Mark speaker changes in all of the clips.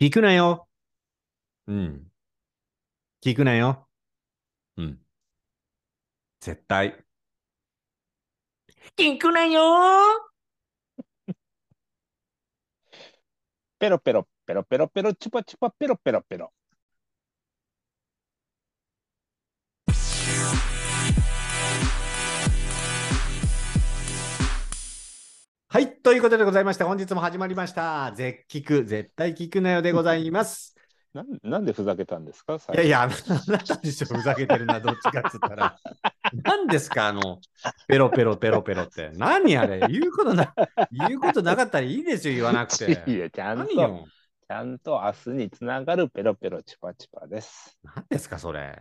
Speaker 1: 聞くなよ。
Speaker 2: うん。
Speaker 1: 聞くなよ。
Speaker 2: うん。絶対。
Speaker 1: 聞くなよ
Speaker 3: ペロペロ、ペロペロペロ、チュパチュパ、ペロペロペロ。
Speaker 1: はい。ということでございまして、本日も始まりました。絶聞く、絶対聞くなよでござい ます。
Speaker 3: なんなんでふざけたんですか
Speaker 1: いやいや、あなたでしょ、ふざけてる な、どっちかっつったら。何ですか、あの、ペロペロペロペロって。何あれ言うことな、言うことなかったら いいですよ、言わなく
Speaker 3: 最後い
Speaker 1: て。
Speaker 3: や、ちゃん
Speaker 1: 何
Speaker 3: と、
Speaker 1: よ。
Speaker 3: ちゃんと明日につながるペロペロチュパチュパです。
Speaker 1: 何ですか、それ。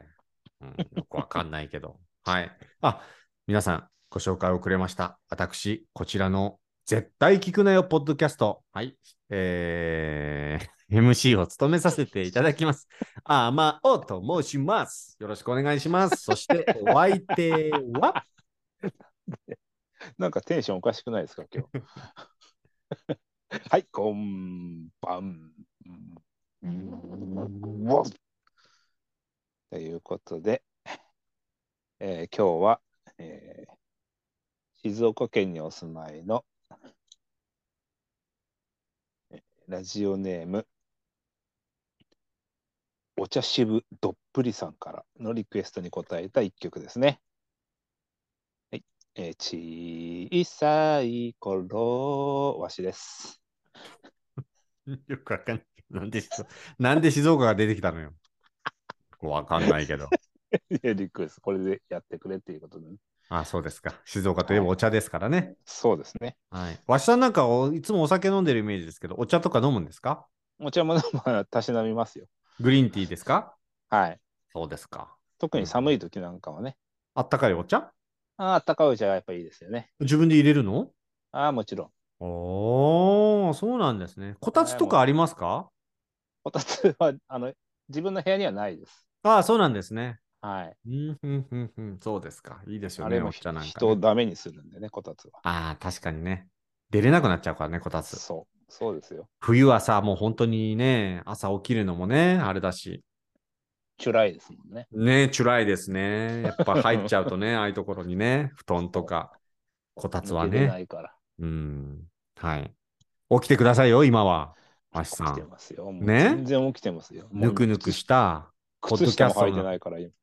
Speaker 1: うん、よくわかんないけど。はい。あ、皆さん、ご紹介遅れました。私、こちらの絶対聞くなよ、ポッドキャスト。はい。えー、MC を務めさせていただきます。あまおと申します。よろしくお願いします。そして、お相手は、
Speaker 3: なんかテンションおかしくないですか、今日。はい、こんばん。うんわっということで、えー今日は、えー静岡県にお住まいのえーラジオネームお茶渋どっぷりさんからのリクエストに応えた一曲ですね。はい、えー小さい頃わしです。
Speaker 1: よくわかんないけど。なんで静岡、なんで静岡が出てきたのよ。わかんないけど。
Speaker 3: いやリクエストこれでやってくれっていうことで、ね、
Speaker 1: あ、そうですか。静岡といえばお茶ですからね。
Speaker 3: そうですね。
Speaker 1: はい。わしさんなんかおいつもお酒飲んでるイメージですけど、お茶とか飲むんですか
Speaker 3: お茶もまあたしなみますよ。
Speaker 1: グリーンティーですか
Speaker 3: はい。
Speaker 1: そうですか。
Speaker 3: 特に寒い時なんかはね、
Speaker 1: あったかいお茶
Speaker 3: ああったかいお茶がやっぱいいですよね。
Speaker 1: 自分で入れるの
Speaker 3: ああ、もちろん。
Speaker 1: おー、そうなんですね。こたつとかありますか
Speaker 3: こたつは、あの、自分の部屋にはないです。
Speaker 1: ああ、そうなんですね。
Speaker 3: はい。
Speaker 1: うん、うん、うん、うん。そうですか。いいですよ
Speaker 3: あ
Speaker 1: ね、
Speaker 3: れも
Speaker 1: お
Speaker 3: 人
Speaker 1: 茶なんか、ね。
Speaker 3: をダメにするんでね、こたつは。
Speaker 1: ああ、確かにね。出れなくなっちゃうからね、こたつ。
Speaker 3: そう、そうですよ。
Speaker 1: 冬はさ、もう本当にね、朝起きるのもね、あれだし。
Speaker 3: チュライですもんね。
Speaker 1: ね、チュラいですね。やっぱ入っちゃうと ね、ああいうところにね、布団とか、こたつは
Speaker 3: 抜けれ
Speaker 1: ね
Speaker 3: な。いから。
Speaker 1: うん。はい。起きてくださいよ、今は。
Speaker 3: 起
Speaker 1: わしさ
Speaker 3: きて
Speaker 1: ん。
Speaker 3: ますよ。もう
Speaker 1: ね
Speaker 3: 全然起きてますよ。もう
Speaker 1: ぬくぬくした。ポッド
Speaker 3: 靴
Speaker 1: キャ
Speaker 3: 下
Speaker 1: ストの
Speaker 3: も履いてないから今。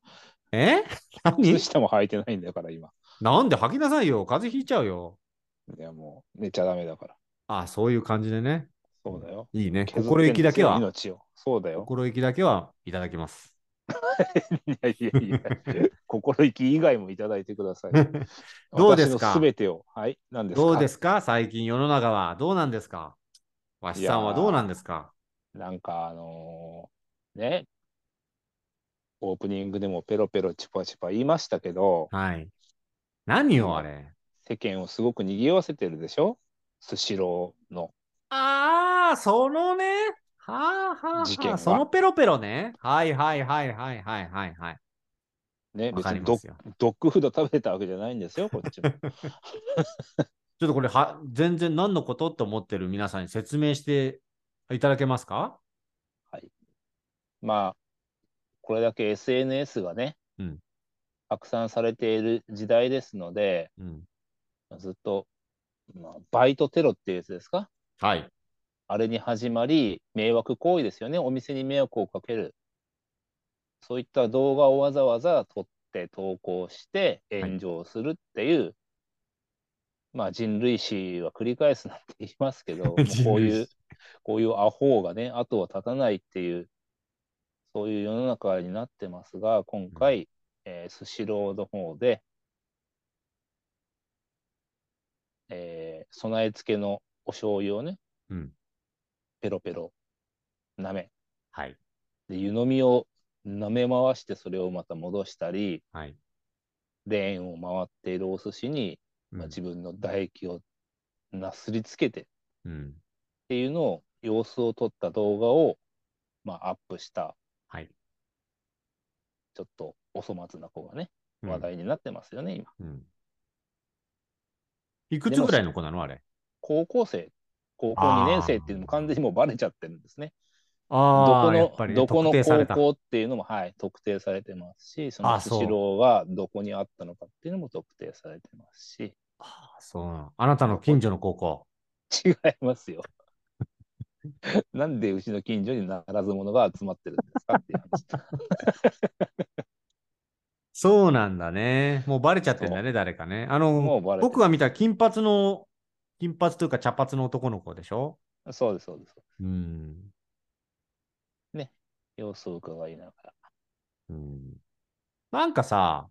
Speaker 1: え
Speaker 3: 靴
Speaker 1: 何
Speaker 3: 下も履いてないんだから今。
Speaker 1: なんで吐きなさいよ。風邪ひいちゃうよ。
Speaker 3: いやもう寝ちゃダメだから。
Speaker 1: あ、そういう感じでね。
Speaker 3: そうだよ。
Speaker 1: いいね。
Speaker 3: 削って
Speaker 1: 心意気だけ
Speaker 3: ん
Speaker 1: は、
Speaker 3: ですよ命を。そうだよ。
Speaker 1: 心意気だけはいただきます。
Speaker 3: いやいやいや、心意気以外もいただいてください。
Speaker 1: どうですか
Speaker 3: すべてを。はい。何ですか
Speaker 1: どうですか最近世の中はどうなんですかわしさんはどうなんですか
Speaker 3: なんかあのーね、オープニングでもペロペロチュパチュパ言いましたけど、
Speaker 1: はい。何よ、あれ。
Speaker 3: 世間をすごく賑わせてるでしょスシローの。
Speaker 1: ああ、そのね。はあはあ、
Speaker 3: 事件
Speaker 1: はあ。
Speaker 3: は
Speaker 1: そのペロペロね。はいはいはいはいはいはいはい。
Speaker 3: ね、
Speaker 1: わ
Speaker 3: 別
Speaker 1: かり
Speaker 3: に
Speaker 1: ま
Speaker 3: ド
Speaker 1: すよ。
Speaker 3: ドッグフード食べてたわけじゃないんですよ、こ っちも。
Speaker 1: ちょっとこれは、全然何のことって思ってる皆さんに説明していただけますか
Speaker 3: まあ、これだけ SNS がね、
Speaker 1: うん
Speaker 3: 拡散されている時代ですので、
Speaker 1: うん。
Speaker 3: ずっと、まあ、バイトテロっていうやつですか
Speaker 1: はい。
Speaker 3: あれに始まり、迷惑行為ですよね。お店に迷惑をかける。そういった動画をわざわざ撮って投稿して
Speaker 1: い
Speaker 3: 炎上するっていう、まあ人類史は繰り返すなんて言いますけど、 もうこう
Speaker 1: 人
Speaker 3: い
Speaker 1: 類
Speaker 3: う、こういうアホがね、後を絶たないっていう、そういう世の中になってますが、今回、えースシローの方で、えー備え付けのお醤油をね、
Speaker 1: うん。
Speaker 3: ペロペロ舐め
Speaker 1: はい。
Speaker 3: で湯飲みを舐め回してそれをまた戻したり
Speaker 1: はい。
Speaker 3: レーンを回っているお寿司に、
Speaker 1: うん
Speaker 3: まあ、自分の唾液をなすりつけてっ
Speaker 1: うん。
Speaker 3: ていうのを様子を撮った動画を、まあ、アップした
Speaker 1: はい。
Speaker 3: ちょっとお粗末な子がね
Speaker 1: うん
Speaker 3: 話。題になってますよね、今
Speaker 1: うんいくつぐらいの子なのあれ。
Speaker 3: 高校生高校
Speaker 1: あー
Speaker 3: 2年生っていうのも完全にもうバレちゃってるんですね
Speaker 1: あ
Speaker 3: どこ
Speaker 1: あ、やっぱり
Speaker 3: の、
Speaker 1: ね、
Speaker 3: どこの
Speaker 1: 特定された。
Speaker 3: 高校っていうのも、はい、特定されてますし、その
Speaker 1: あそう
Speaker 3: スシローがどこにあったのかっていうのも特定されてますし、
Speaker 1: あそうなのあなたの近所の高校。
Speaker 3: 違いま すよ。なんでうちの近所にならず者が集まってるんですかっていう話。
Speaker 1: そうなんだね。もうバレちゃってんだね、誰かね。あの、
Speaker 3: もうバレてる
Speaker 1: 僕が見た金髪の、金髪というか茶髪の男の子でしょ
Speaker 3: そうです、そうです。
Speaker 1: うん。
Speaker 3: 様子を伺いながら。
Speaker 1: うんなんかさ、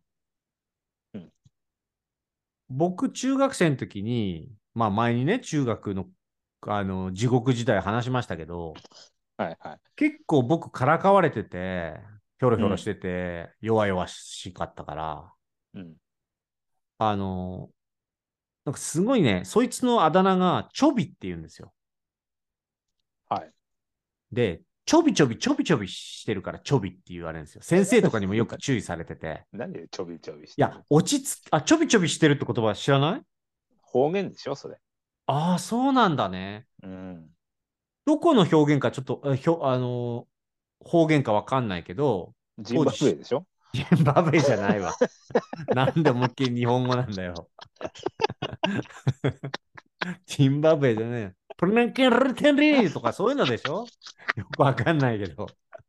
Speaker 3: うん
Speaker 1: 僕、中学生の時に、まあ前にね、中学の、あの、地獄時代話しましたけど、
Speaker 3: はいはい。
Speaker 1: 結構僕からかわれてて、ひょろひょろしてて、弱々しかったから、
Speaker 3: うん。
Speaker 1: あの、なんかすごいね、そいつのあだ名がちょびって言うんですよ。
Speaker 3: はい。
Speaker 1: で、ちょびちょびちょびちょびしてるからちょびって言われるんですよ。先生とかにもよく注意されてて。
Speaker 3: 何でちょびちょびし
Speaker 1: い
Speaker 3: てる
Speaker 1: や、落ち着き、あ、ちょびちょびしてるって言葉知らない
Speaker 3: 方言でしょ、それ。
Speaker 1: ああ、そうなんだね。
Speaker 3: うん。
Speaker 1: どこの表現かちょっと、あひょあのー方言かわかんないけど、
Speaker 3: ジンバブエでしょ
Speaker 1: ジンバブエじゃないわ。 なんで思いっきり日本語なんだよ。 ジンバブエじゃねえよ。プルナンケンルテンリーとかそういうのでしょよくわかんないけど。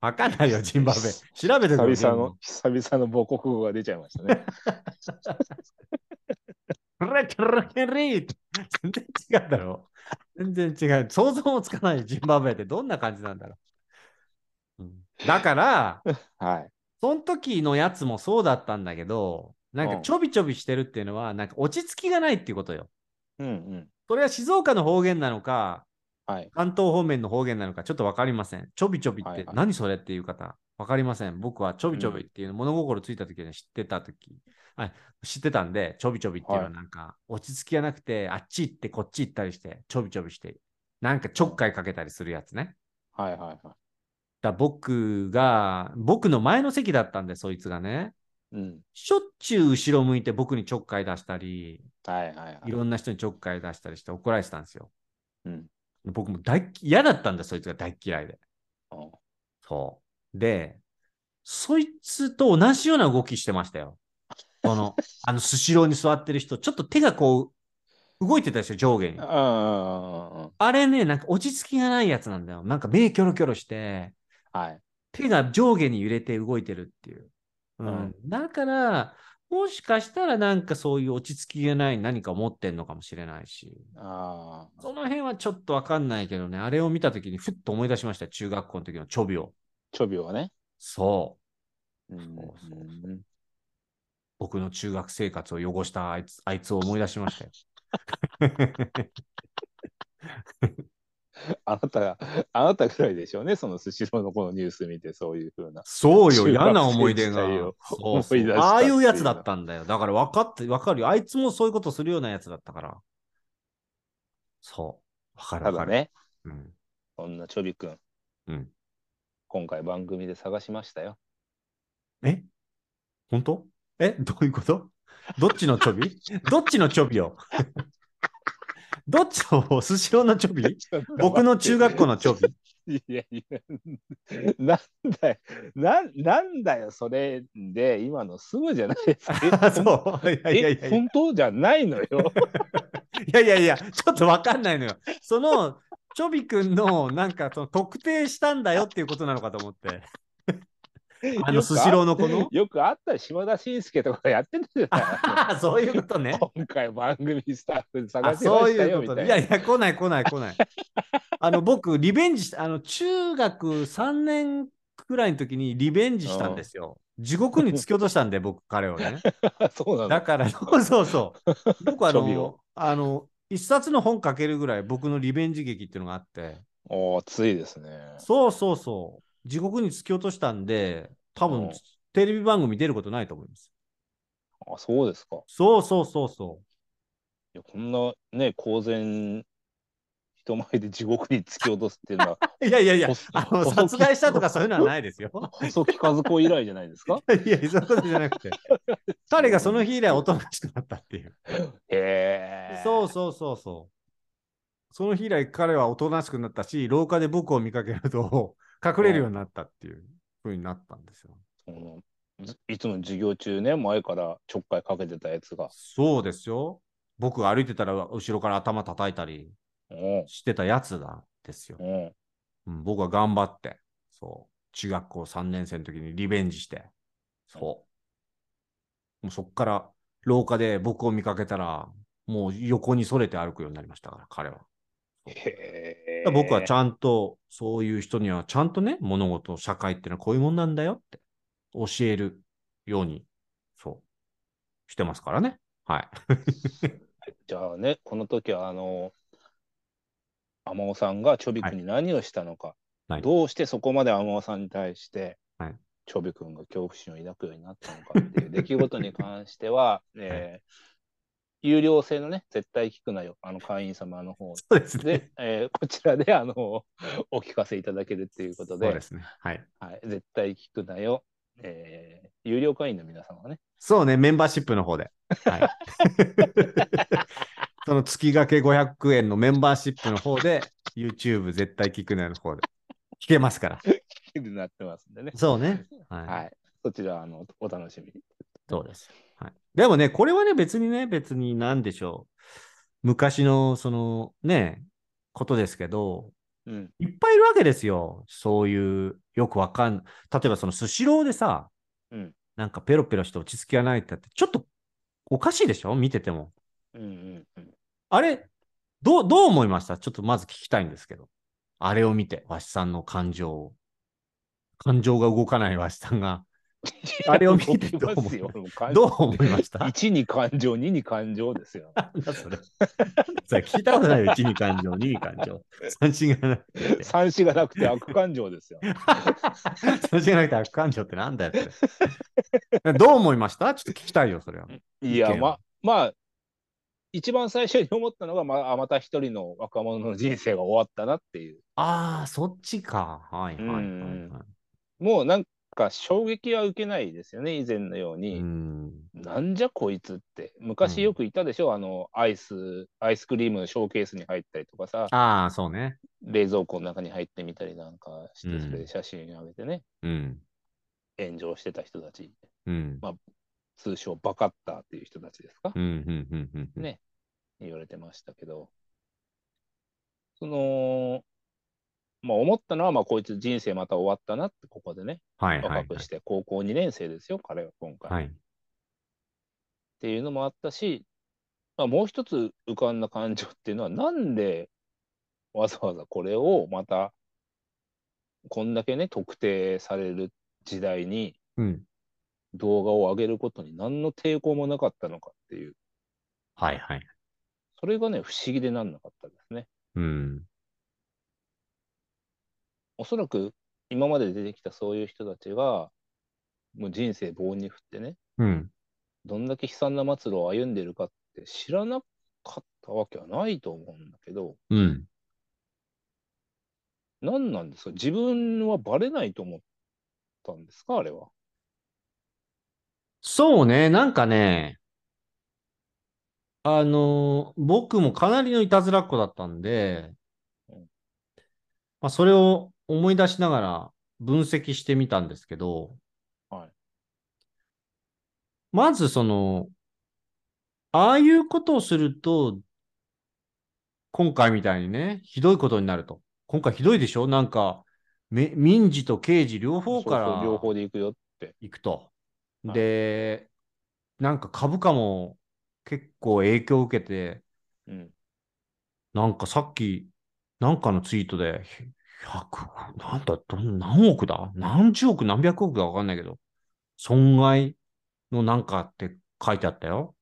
Speaker 1: わかんないよ、ジンバブエ。調べて
Speaker 3: 久
Speaker 1: くれ
Speaker 3: 々の、久々の母国語が出ちゃいましたね。
Speaker 1: プルナンケンルテンリーって全然違うだろ。全然違う。想像もつかないジンバブエってどんな感じなんだろう。うんだから、
Speaker 3: はい。
Speaker 1: その時のやつもそうだったんだけど、なんか
Speaker 3: うん
Speaker 1: ちょびちょびしてるっていうのは、なんか落ち着きがないっていうことよ。
Speaker 3: うんうん。
Speaker 1: それは静岡の方言なのか、
Speaker 3: はい。
Speaker 1: 関東方面の方言なのか、ちょっとわかりません。ちょびちょびって、
Speaker 3: はいはい
Speaker 1: 何それっていう方、わかりません。僕はちょびちょびっていうの、物心ついた時に知ってた時、あ知ってたんで、ちょびちょびっていうのは
Speaker 3: は
Speaker 1: なんか、落ち着きがなくて、あっち行ってこっち行ったりして、ちょびちょびして、なんかちょっかいかけたりするやつね。
Speaker 3: はいはいは
Speaker 1: だ僕が、僕の前の席だったんで、そいつがね。
Speaker 3: い。うん。
Speaker 1: しょっちゅう後ろ向いて僕にちょっかい出したり、
Speaker 3: はいはいはいい。
Speaker 1: ろんな人にちょっかい出したりして怒られてたんですよ。
Speaker 3: うん。
Speaker 1: 僕も大っ嫌だったんだ、そいつが大っ嫌いで。
Speaker 3: うん
Speaker 1: そう。で、そいつと同じような動きしてましたよ。こ の、あの、スシローに座ってる人、ちょっと手がこう、動いてたでしょ、上下に
Speaker 3: う。んうんうんうん。
Speaker 1: あれね、なんか落ち着きがないやつなんだよ。なんか目キョロキョロして、
Speaker 3: はい。
Speaker 1: 手が上下に揺れて動いてるっていう。うん
Speaker 3: うん
Speaker 1: だから、もしかしたらなんかそういう落ち着きがない何か持ってんのかもしれないし、
Speaker 3: ああ。
Speaker 1: その辺はちょっとわかんないけどね、あれを見たときにふっと思い出しました、中学校の時のチョビを。
Speaker 3: ちょびをね。
Speaker 1: そう。
Speaker 3: うん
Speaker 1: そうそう
Speaker 3: うん
Speaker 1: 僕の中学生活を汚したあいつあいつを思い出しましたよ。
Speaker 3: あなたが、あなたぐらいでしょうね。そのスシローのこのニュース見て、そういうふうな。
Speaker 1: そうよ、
Speaker 3: 中学生
Speaker 1: 嫌な思い出が
Speaker 3: 時代を。
Speaker 1: そうそ
Speaker 3: 思い出し
Speaker 1: う
Speaker 3: た
Speaker 1: ああいうやつだったんだよ。だから分かって、分かるよ。あいつもそういうことするようなやつだったから。そう。分かる
Speaker 3: た
Speaker 1: 分かる。
Speaker 3: だね、
Speaker 1: うん
Speaker 3: そんなちょびくん。
Speaker 1: うん
Speaker 3: 今回番組で探しましたよ。
Speaker 1: え本当えどういうことどっちのチョビ どっちのチョビよ どっちのスシローのチョビ僕の中学校のチョ ビ
Speaker 3: いやいや、なんだよ、ななんだよ、それで、今のすぐじゃないですか。
Speaker 1: あ そう。いやいやい
Speaker 3: え、
Speaker 1: やい
Speaker 3: 本当じゃない のよ。。
Speaker 1: やいやいや、ちょっとわかんないのよ。その、チョビくんの、なんか、その特定したんだよっていうことなのかと思って。あの、スシローのこの
Speaker 3: よくあったら島田紳介とかやってたじゃない
Speaker 1: ああ、 そういうことね。
Speaker 3: 今回番組スタッフに探
Speaker 1: あ
Speaker 3: しま
Speaker 1: そう
Speaker 3: した
Speaker 1: い
Speaker 3: よ
Speaker 1: う
Speaker 3: み
Speaker 1: ことね。
Speaker 3: たい
Speaker 1: い
Speaker 3: な。
Speaker 1: やいや、来ない来ない来ない。あの、僕、リベンジした、あの、中学3年くらいの時にリベンジしたんですよ。地獄に突き落としたんで、僕、彼をね。
Speaker 3: そうなの。
Speaker 1: だから、そうそうそう。僕、あ
Speaker 3: チョビ
Speaker 1: の
Speaker 3: を、
Speaker 1: あの、一冊の本書けるぐらい僕のリベンジ劇っていうのがあって、
Speaker 3: おお、ついですね。
Speaker 1: そうそうそう。地獄に突き落としたんで、多
Speaker 3: う
Speaker 1: 分
Speaker 3: ん、
Speaker 1: テレビ番組出ることないと思います。
Speaker 3: あ、そうですか。
Speaker 1: そうそうそうそう。
Speaker 3: いやこんなね、公然人前で地獄に突き落とすっていうのは、
Speaker 1: い やいやいや
Speaker 3: ほそ、
Speaker 1: あの、
Speaker 3: 細木
Speaker 1: 殺害したとかそういうのはないですよ。
Speaker 3: 細木和子以来じゃないですか。
Speaker 1: いや、そういうことじゃなくて。 彼がその日以来おとなしくなったっていう。
Speaker 3: へえ。
Speaker 1: そうそうそうそその日以来彼はおとなしくなったし、廊下で僕を見かけると隠れるようになったっていう風になったんですよ。
Speaker 3: そのずいつも授業中ね、前からちょっかいかけてたやつが。
Speaker 1: そうですよ。僕が歩いてたら後ろから頭叩いたり
Speaker 3: うん。
Speaker 1: してたやつなんですよ。
Speaker 3: うん。
Speaker 1: うん、僕は頑張って、そう、中学校3年生の時にリベンジして、そう。もうそっから廊下で僕を見かけたら、もう横にそれて歩くようになりましたから、彼は。
Speaker 3: へ
Speaker 1: だから僕はち
Speaker 3: ゃ
Speaker 1: ゃんと、そういう人にはちゃんとね、物事、社会ってのはこういうもんなんだよって教えるように、そう、してますからね。はい。
Speaker 3: じゃあね、この時は、あの、天尾さんがチョビ君に何をしたのか、
Speaker 1: はい
Speaker 3: どうしてそこまで天尾さんに対して、
Speaker 1: はい
Speaker 3: チョビ君が恐怖心を抱くようになったのかって いう出来事に関しては、えー有料制のね、絶対聞くなよ、あの会員様の方
Speaker 1: そうですね
Speaker 3: で。、えーこちらで、あの、お聞かせいただけるっていうこ
Speaker 1: そ
Speaker 3: と
Speaker 1: う
Speaker 3: で
Speaker 1: で、すね。はい。
Speaker 3: はい、絶対聞くなよ、えー有料会員の皆様はね、
Speaker 1: そうね、メンバーシップの方で。 はい、その月額500円のメンバーシップの方で、YouTube 絶対聞くなよの方で。聞けますから。
Speaker 3: 聞けるようになってますんでね。
Speaker 1: そうね。はい。
Speaker 3: はい。そちら、あの、お楽しみに。
Speaker 1: そうです。はい、でもね、これはね、別にね、別に何でしょう。昔の、その、ね、ことですけど、
Speaker 3: うん。
Speaker 1: いっぱいいるわけですよ。そういう、よくわかん、例えばそのスシローでさ、
Speaker 3: うん
Speaker 1: なんかペロペロして落ち着きがないってあって、ちょっとおかしいでしょ見てても。
Speaker 3: うんうんうん。
Speaker 1: あれ、どう、どう思いましたちょっとまず聞きたいんですけど。あれを見て、わしさんの感情を。感情が動かないわしさん が。あれを見てどう思う
Speaker 3: 動きますよ。もう感
Speaker 1: どう思いました
Speaker 3: 1に感情、2に感情ですよ。
Speaker 1: なんだそれ。それ聞いたことないよ。1に感情、2に感情。三振がなくて。
Speaker 3: 3子がなくて悪感情で すよ。
Speaker 1: 三振がなくて悪感情ってなんだよって。 どう思いましたちょっと聞きたいよ、それは。
Speaker 3: い
Speaker 1: 意
Speaker 3: や、
Speaker 1: 見
Speaker 3: ま
Speaker 1: は、
Speaker 3: まあ、一番最初に思ったのが、まあ、また一人の若者の人生が終わったなっていう。
Speaker 1: ああ、そっちか。はいはいはい、
Speaker 3: うん
Speaker 1: は
Speaker 3: もうなんか衝撃は受けないですよね、以前のよう
Speaker 1: い。
Speaker 3: に。
Speaker 1: うん。
Speaker 3: なんじゃこいつって。昔よくいたでしょ、あの、アイス、アイスクリームのショーケースに入ったりとかさ、
Speaker 1: ああ、そうね。
Speaker 3: 冷蔵庫の中に入ってみたりなんかし
Speaker 1: う
Speaker 3: て、
Speaker 1: ん
Speaker 3: それで写真上げてね、
Speaker 1: うん。
Speaker 3: 炎上してた人たち、
Speaker 1: うん。
Speaker 3: 通称バカッターっていう人たちですか、
Speaker 1: うん。うん。うん。うん。うん
Speaker 3: ね言われてましたけど、その、まあ思ったのは、まあこいつ人生また終わったなって、ここでね、
Speaker 1: はいはい、は
Speaker 3: 若
Speaker 1: い。
Speaker 3: くして、高校2年生ですよ、彼は今回。
Speaker 1: は
Speaker 3: っ
Speaker 1: い。
Speaker 3: ていうのもあったし、まあ、もう一つ浮かんだ感情っていうのは、なんでわざわざこれをまた、こんだけね、特定される時代に、
Speaker 1: うん。
Speaker 3: 動画を上げることに何の抵抗もなかったのかっていう、
Speaker 1: はいはい。
Speaker 3: それがね、不思議でなんなかったですね。
Speaker 1: うん。
Speaker 3: おそらく今まで出てきたそういう人たちが、もう人生棒に振ってね、
Speaker 1: うん。
Speaker 3: どんだけ悲惨な末路を歩んでるかって知らなかったわけはないと思うんだけど、
Speaker 1: うん。
Speaker 3: 何なんですか自分はバレないと思ったんですかあれは。
Speaker 1: そうね、なんかね、あのー僕もかなりのいたずらっ子だったんで
Speaker 3: うん、
Speaker 1: まあ、それを思い出しながら分析してみたんですけど、
Speaker 3: はい
Speaker 1: まずその、ああいうことをすると、今回みたいにね、ひどいことになると。今回ひどいでしょなんか、め民事と刑事両方から
Speaker 3: そうそう両方で行くよ。
Speaker 1: 行くと。
Speaker 3: はい
Speaker 1: で、なんか株価も結構影響を受けて、
Speaker 3: うん。
Speaker 1: なんかさっき、なんかのツイートで、100、なんだ、どん何億だ何十億、何百億だわかんないけど、損害のなんかって書いてあったよ。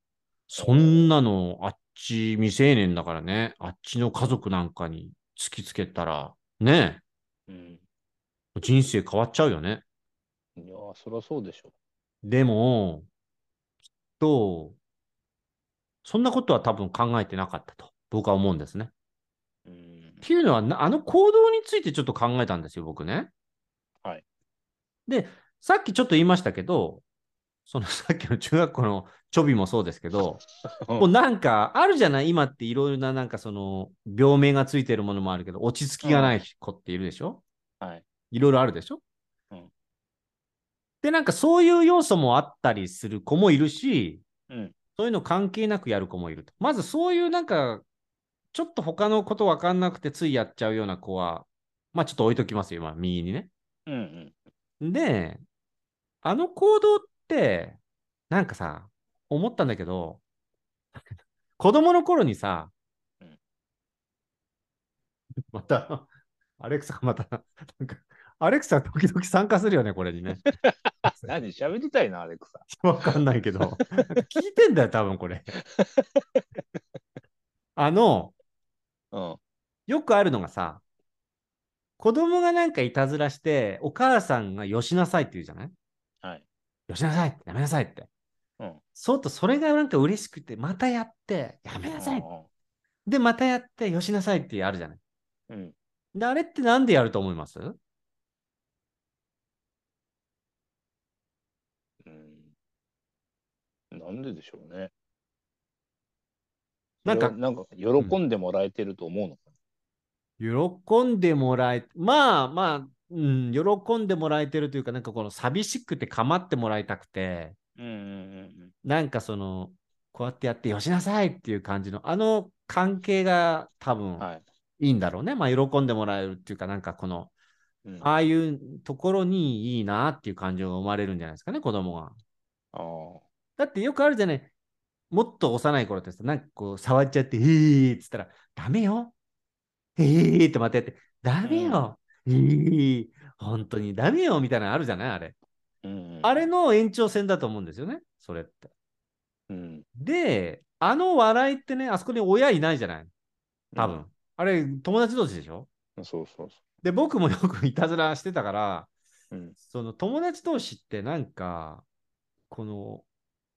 Speaker 1: そんなの、あっち未成年だからね、あっちの家族なんかに突きつけたら、ね
Speaker 3: うん。
Speaker 1: え、人生変わっちゃうよね。
Speaker 3: いやー、そりゃそうでしょ。
Speaker 1: でも、きっと、そんなことは多分考えてなかったと、僕は思うんですね。
Speaker 3: うん
Speaker 1: っ。ていうのはな、あの行動についてちょっと考えたんですよ、僕ね。
Speaker 3: はい。
Speaker 1: で、さっきちょっと言いましたけど、その さっきの中学校のちょびもそうですけど、
Speaker 3: うん
Speaker 1: もうなんかあるじゃない今っていろいろななんかその病名がついてるものもあるけど、落ち着きがない子っているでしょ、
Speaker 3: はい。
Speaker 1: いろいろあるでしょ、
Speaker 3: うん
Speaker 1: で、なんかそういう要素もあったりする子もいるし、
Speaker 3: うん
Speaker 1: そういうの関係なくやる子もいると。まずそういうなんか、ちょっと他のことわかんなくてついやっちゃうような子は、まあちょっと置いときますよ、今、右にね。
Speaker 3: うんうん。
Speaker 1: で、あの行動って、なんかさ、思ったんだけど、 子供の頃にさ
Speaker 3: うん、
Speaker 1: また、アレクサがまた、なんか、アレクサ時々参加するよね、これにね。
Speaker 3: 何喋りたいな、アレクサ。
Speaker 1: わかんないけど。なんか聞いてんだよ、多分 これ。あの、
Speaker 3: うん。
Speaker 1: よくあるのがさ、子供がなんかいたずらして、お母さんがよしなさいって言うじゃない
Speaker 3: はい。
Speaker 1: よしなさいやめなさいって。
Speaker 3: うん
Speaker 1: そうと、それがなんか嬉しくて、またやって、やめなさい、
Speaker 3: う
Speaker 1: で、またやって、よしなさいってあるじゃない。
Speaker 3: んうん。
Speaker 1: で、あれってなんでやると思います
Speaker 3: うん。なんででしょうね。
Speaker 1: なんか
Speaker 3: よなんか喜んでもらえてると思うのか
Speaker 1: 喜んでもらえ、まあまあ、うん、喜んでもらえてるというか、なんかこの寂しくて構ってもらいたくて、
Speaker 3: な。うんうん
Speaker 1: なんかその、こうやってやってよしなさいっていう感じの、あの関係が多
Speaker 3: う
Speaker 1: 分
Speaker 3: ん。はい。
Speaker 1: いいんだろうね。まあ喜んでもらえるっていうか、なんかこの、
Speaker 3: うん、
Speaker 1: ああいうところにいいなっていう感情が生まれるんじゃないですかね、子供が。
Speaker 3: あー
Speaker 1: だってよくあるじゃない。もっと幼い頃ってさ、なんかこう触っちゃって、えーっつったら、ダメよ。えーってまたやって、ダメよ。えー、本当にダメよみたいなのあるじゃないあれ。
Speaker 3: うんうん
Speaker 1: あれの延長線だと思うんですよね、それって。
Speaker 3: うん。
Speaker 1: で、あの笑いってね、あそこに親いないじゃない多分。
Speaker 3: うん
Speaker 1: あれ、友達同士でしょ
Speaker 3: そうそうそ
Speaker 1: で、僕もよくいたずらしてたから、
Speaker 3: う。うん。
Speaker 1: その友達同士ってなんか、この、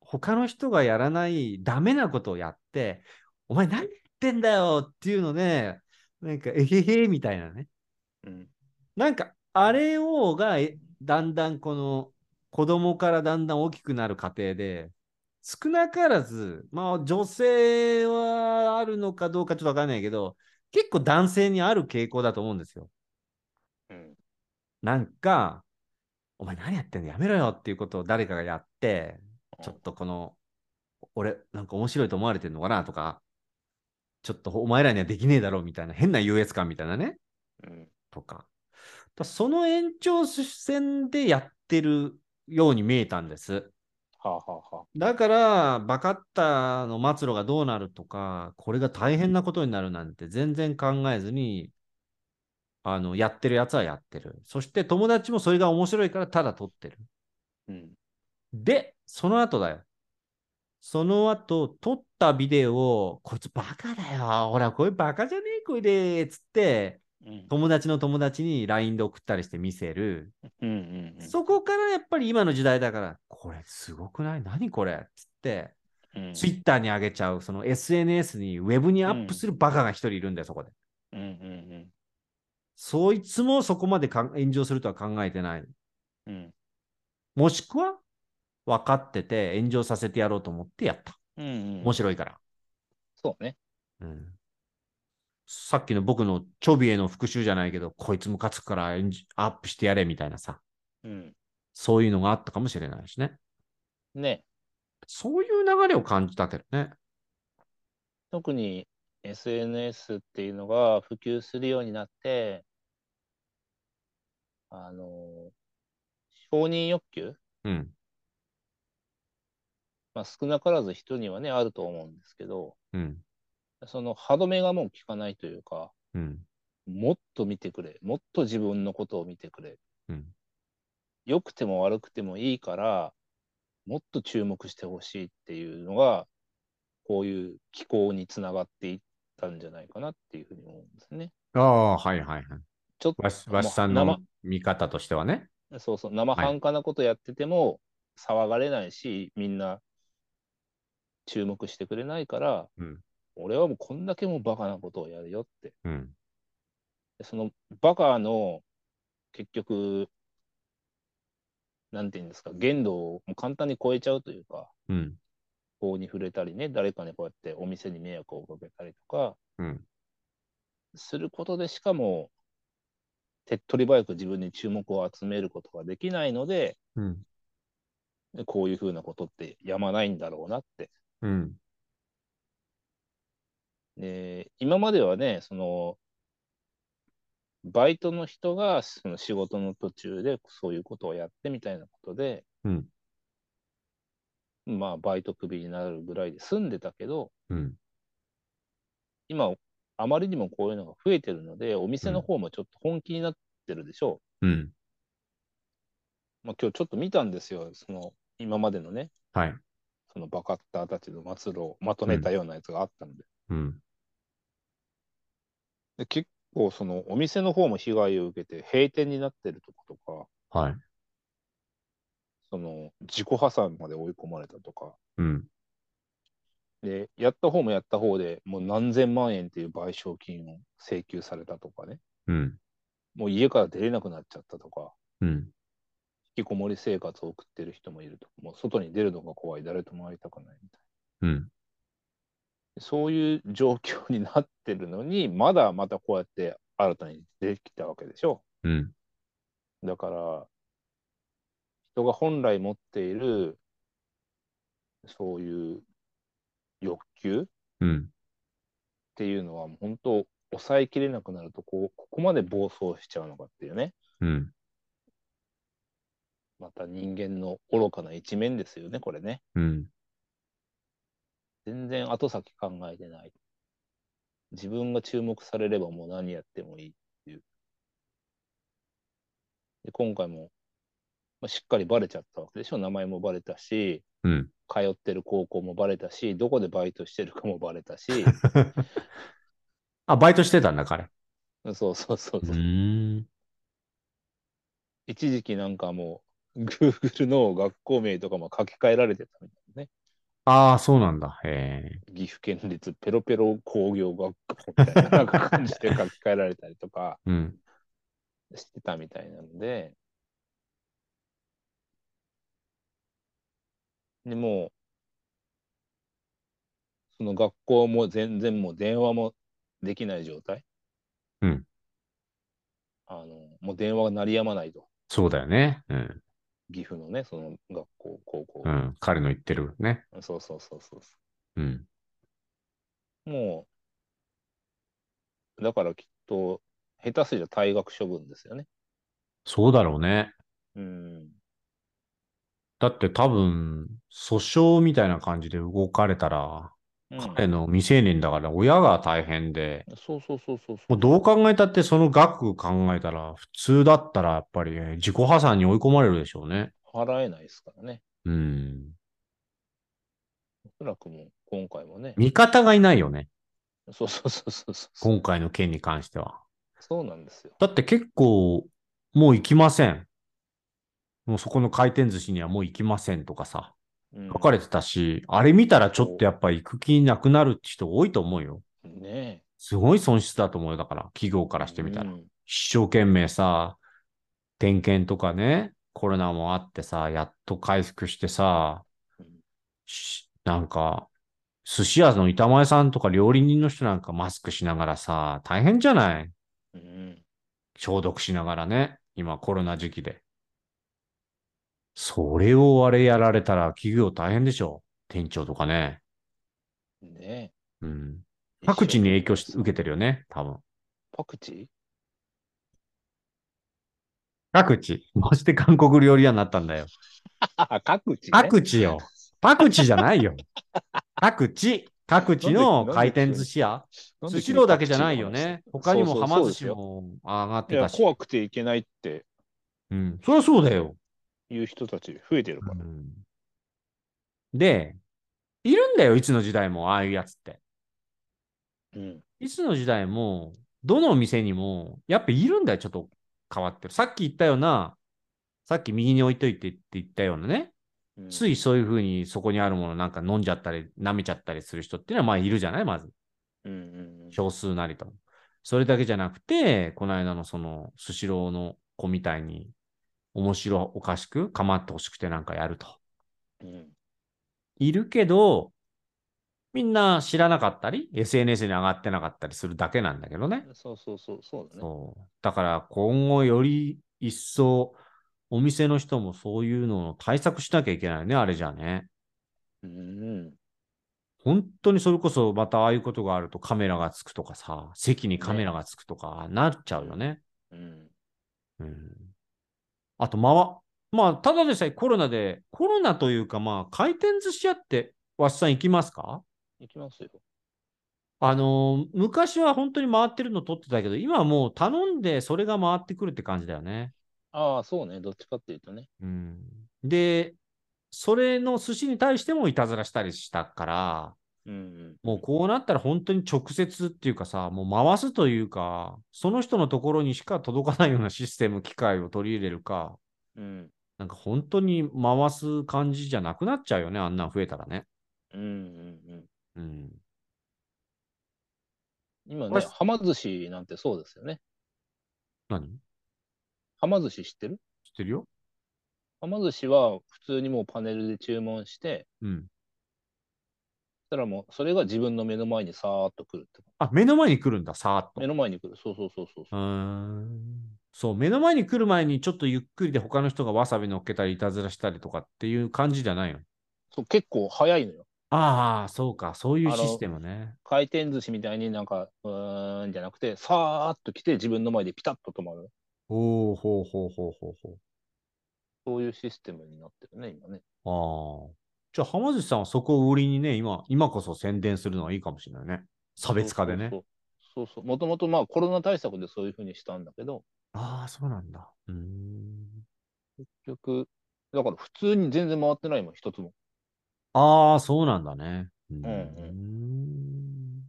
Speaker 1: 他の人がやらないダメなことをやって、お前何やってんだよっていうので、なんか、えへへみたいなね。
Speaker 3: うん。
Speaker 1: なんか、あれをが、えだんだんこの、子供からだんだん大きくなる過程で、少なからず、まあ女性はあるのかどうかちょっとわかんないけど、結構男性にある傾向だと思うんですよ。
Speaker 3: うん。
Speaker 1: なんか、お前何やってんのやめろよっていうことを誰かがやって、ちょっとこの、俺、なんか面白いと思われてんのかなとか、ちょっとお前らにはできねえだろうみたいな変な優越感みたいなね、
Speaker 3: うん。
Speaker 1: とか。だその延長線でやってるように見えたんです。
Speaker 3: はあ、はあはあ、
Speaker 1: だから、バカッタの末路がどうなるとか、これが大変なことになるなんて全然考えずに、あの、やってるやつはやってる。そして友達もそれが面白いからただ撮ってる。
Speaker 3: うん。
Speaker 1: で、その後だよ。その後、撮ったビデオを、こいつバカだよ。ほら、これバカじゃねえ、これで。つって、
Speaker 3: うん。
Speaker 1: 友達の友達に LINE で送ったりして見せる。
Speaker 3: うんうんうん。
Speaker 1: そこからやっぱり今の時代だから、これすごくない何これっつって、
Speaker 3: うん。
Speaker 1: ツイッターに上げちゃう、その SNS に、ウェブにアップするバカが一人いるんだよ、そこで。
Speaker 3: うんうん
Speaker 1: そいつもそこまでかん炎上するとは考えてない。
Speaker 3: うん。うん。
Speaker 1: もしくは、分かってて炎上させてやろうと思ってやった。
Speaker 3: うんうん。
Speaker 1: 面白いから。
Speaker 3: そうね。
Speaker 1: うんさっきの僕のチョビへの復讐じゃないけど、こいつムカつくから炎上アップしてやれみたいなさ、
Speaker 3: うん。
Speaker 1: そういうのがあったかもしれないしね。
Speaker 3: ね。
Speaker 1: そういう流れを感じたけどね。
Speaker 3: 特に SNS っていうのが普及するようになって、あの承認欲求、
Speaker 1: うん。
Speaker 3: まあ、少なからず人にはね、あると思うんですけど、
Speaker 1: うん。
Speaker 3: その歯止めがもう効かないというか、
Speaker 1: うん。
Speaker 3: もっと見てくれ、もっと自分のことを見てくれ、
Speaker 1: うん
Speaker 3: 良くても悪くてもいいから、もっと注目してほしいっていうのが、こういう気候につながっていったんじゃないかなっていうふうに思うんですね。
Speaker 1: ああ、はいはいはい。
Speaker 3: ちょっと
Speaker 1: わしわしさんの見方としてはね。
Speaker 3: そうそう、生半可なことやってても騒がれないし、みんな注目してくれないから、
Speaker 1: うん
Speaker 3: 俺はもうこんだけもうバカなことをやるよって。
Speaker 1: うん。
Speaker 3: でそのバカの結局、なんていうんですか、限度をもう簡単に超えちゃうというか、
Speaker 1: うん。
Speaker 3: 法に触れたりね、誰かにこうやってお店に迷惑をかけたりとか、
Speaker 1: うん
Speaker 3: することでしかも、手っ取り早く自分に注目を集めることができないので、
Speaker 1: うん。
Speaker 3: こういうふうなことってやまないんだろうなって。
Speaker 1: うん。
Speaker 3: で今まではね、その、バイトの人がその仕事の途中でそういうことをやってみたいなことで、
Speaker 1: うん
Speaker 3: まあ、バイトクビになるぐらいで済んでたけど、
Speaker 1: うん。
Speaker 3: 今、あまりにもこういうのが増えてるので、お店の方もちょっと本気になってるでしょ
Speaker 1: うん。
Speaker 3: う。まあ、今日ちょっと見たんですよ、その、今までのね、
Speaker 1: はい。
Speaker 3: そのバカッターたちの末路をまとめたようなやつがあったので。
Speaker 1: うん。
Speaker 3: で結構そのお店の方も被害を受けて閉店になってるとことか、
Speaker 1: はい。
Speaker 3: その自己破産まで追い込まれたとか、
Speaker 1: うん。
Speaker 3: で、やった方もやった方でもう何千万円っていう賠償金を請求されたとかね、
Speaker 1: うん。
Speaker 3: もう家から出れなくなっちゃったとか、
Speaker 1: うん。
Speaker 3: 引きこもり生活を送ってる人もいるとか、もう外に出るのが怖い、誰とも会いたくないみたい
Speaker 1: うん。
Speaker 3: な。そういう状況になってるのに、まだまたこうやって新たに出てきたわけでしょ。
Speaker 1: うん。
Speaker 3: だから、人が本来持っている、そういう欲求っ
Speaker 1: うん。
Speaker 3: ていうのは、本当、抑えきれなくなるとこう、ここまで暴走しちゃうのかっていうね、
Speaker 1: うん。
Speaker 3: また人間の愚かな一面ですよね、これね。
Speaker 1: うん。
Speaker 3: 全然後先考えてない。自分が注目されればもう何やってもいいっていう。で、今回も、まあ、しっかりバレちゃったわけでしょ。名前もバレたし、
Speaker 1: うん
Speaker 3: 通ってる高校もバレたし、どこでバイトしてるかもバレ たし、
Speaker 1: あ、バイトしてたんだ、彼。
Speaker 3: そうそうそうそう。
Speaker 1: ん。
Speaker 3: 一時期なんかもう、Google の学校名とかも書き換えられてたみたいなね。
Speaker 1: ああ、そうなんだ。へえ。
Speaker 3: 岐阜県立ペロペロ工業学校みたいななんか感じで書き換えられたりとか。
Speaker 1: うん。
Speaker 3: してたみたいなので、でもう、その学校も全然もう電話もできない状態。
Speaker 1: うん。
Speaker 3: あの、もう電話が鳴りやまないと。
Speaker 1: そうだよね。うん。
Speaker 3: 岐阜のね、その学校、高校。
Speaker 1: うん。彼の言ってるね。
Speaker 3: そうそうそうそうそ
Speaker 1: うん。
Speaker 3: う。もう、だからきっと、下手すりゃ退学処分ですよね。
Speaker 1: そうだろうね。
Speaker 3: うん。
Speaker 1: だって多分、訴訟みたいな感じで動かれたら、
Speaker 3: うん、
Speaker 1: 彼の未成年だから親が大変で、
Speaker 3: そうそうそうそうそう。
Speaker 1: もうどう考えたってその額考えたら、普通だったらやっぱりね自己破産に追い込まれるでしょうね。
Speaker 3: 払えないですからね。
Speaker 1: うん。
Speaker 3: おそらくもう今回もね。
Speaker 1: 味方がいないよね。
Speaker 3: そうそうそうそうそう。
Speaker 1: 今回の件に関しては。
Speaker 3: そうなんですよ。
Speaker 1: だって結構、もう行きません。もうそこの回転寿司にはもう行きませんとかさ、
Speaker 3: うん
Speaker 1: 書かれてたし、あれ見たらちょっとやっぱ行く気なくなるって人多いと思うよ。
Speaker 3: ねえ。
Speaker 1: すごい損失だと思うよ。だから、企業からしてみたら
Speaker 3: う。ん
Speaker 1: 一生懸命さ、点検とかね、コロナもあってさ、やっと回復してさ
Speaker 3: うん、
Speaker 1: しなんか、寿司屋の板前さんとか料理人の人なんかマスクしながらさ、大変じゃない
Speaker 3: うん
Speaker 1: 消毒しながらね、今コロナ時期で。それをあれやられたら企業大変でしょ店長とかね。
Speaker 3: ね
Speaker 1: うん。
Speaker 3: え。
Speaker 1: 各地に影響し受けてるよね、多分。
Speaker 3: パクチー
Speaker 1: 各地。どうして韓国料理屋になったんだよ。
Speaker 3: あ、各地、ね。
Speaker 1: 各地よ。各地じゃない よ。各地。各地の
Speaker 3: なんでなんで急に
Speaker 1: 回転寿司屋。
Speaker 3: な
Speaker 1: ス
Speaker 3: んで君
Speaker 1: シローだけじゃないよね。
Speaker 3: パク
Speaker 1: 他
Speaker 3: チー
Speaker 1: にも
Speaker 3: の話
Speaker 1: はま寿司。も上がっ
Speaker 3: そうそうそうです
Speaker 1: て
Speaker 3: よい
Speaker 1: た
Speaker 3: や、
Speaker 1: し。
Speaker 3: 怖くていけないって
Speaker 1: うん。そりゃそうだよ。
Speaker 3: いう人たち増えてるから。
Speaker 1: うんで、いるんだよ、いつの時代も、ああいうやつって。
Speaker 3: うん。
Speaker 1: いつの時代も、どのお店にも、やっぱいるんだよ、ちょっと変わってる。さっき言ったような、さっき右に置いといてって言ったようなね、
Speaker 3: うん
Speaker 1: ついそういうふうにそこにあるものなんか飲んじゃったり、舐めちゃったりする人っていうのは、まあいるじゃない、まず。
Speaker 3: うんうんうん。
Speaker 1: 少数なりとも。それだけじゃなくて、この間のその、スシローの子みたいに、面白おかしく構ってほしくてなんかやると。
Speaker 3: うん
Speaker 1: いるけど、みんな知らなかったり、SNS に上がってなかったりするだけなんだけどね。
Speaker 3: そうそうそう、そうだね。
Speaker 1: そう。だから今後より一層、お店の人もそういうのを対策しなきゃいけないね、あれじゃね。
Speaker 3: うん。
Speaker 1: 本当にそれこそまたああいうことがあるとカメラがつくとかさ、席にカメラがつくとかなっちゃうよね。
Speaker 3: うん。
Speaker 1: うん。あと、まわ、まあ、ただでさえコロナで、コロナというかまあ、回転寿司屋って、わっさん行きますか
Speaker 3: いきますよ。
Speaker 1: あのー昔は本当に回ってるの撮ってたけど、今はもう頼んでそれが回ってくるって感じだよね。
Speaker 3: ああ、そうね。どっちかっていうとね。
Speaker 1: うん。で、それの寿司に対してもいたずらしたりしたから、
Speaker 3: うん。
Speaker 1: もうこうなったら本当に直接っていうかさ、もう回すというか、その人のところにしか届かないようなシステム、機械を取り入れるか、
Speaker 3: うん。
Speaker 1: なんか本当に回す感じじゃなくなっちゃうよね、あんなん増えたらね。
Speaker 3: うん。うん。うん。
Speaker 1: うん。
Speaker 3: 今
Speaker 1: こ
Speaker 3: ね
Speaker 1: れ、
Speaker 3: はま寿司なんてそうですよね。
Speaker 1: 何
Speaker 3: はま寿司知ってる
Speaker 1: 知ってるよ
Speaker 3: はま寿司は普通にもうパネルで注文して、
Speaker 1: うん。
Speaker 3: そしたらもうそれが自分の目の前にさーっと来るって。
Speaker 1: あ、目の前に来るんだ、さーっと
Speaker 3: 目。の前に来る。そうそうそうそう
Speaker 1: う
Speaker 3: そ
Speaker 1: ー
Speaker 3: う。
Speaker 1: んそう、目の前に来る前にちょっとゆっくりで他の人がわさび乗っけたり、いたずらしたりとかっていう感じじゃないの。
Speaker 3: そう結構早いのよ。
Speaker 1: ああ、そうか、そういう
Speaker 3: あの
Speaker 1: システムね。
Speaker 3: 回転寿司みたいになんか、うーんじゃなくて、さーっと来て自分の前でピタッと止まる。
Speaker 1: ほうほうほうほうほうほう。
Speaker 3: そういうシステムになってるね、今ね。
Speaker 1: ああ。じゃあ、浜寿司さんはそこを売りにね、今、今こそ宣伝するのはいいかもしれないね。差別化でね。
Speaker 3: そうそうそうそうそう。もともとまあコロナ対策でそういうふうにしたんだけど、
Speaker 1: ああ、そうなんだ。うーん。
Speaker 3: 結局、だから普通に全然回ってないもん、一つも。
Speaker 1: ああ、そうなんだね。うーん。
Speaker 3: うん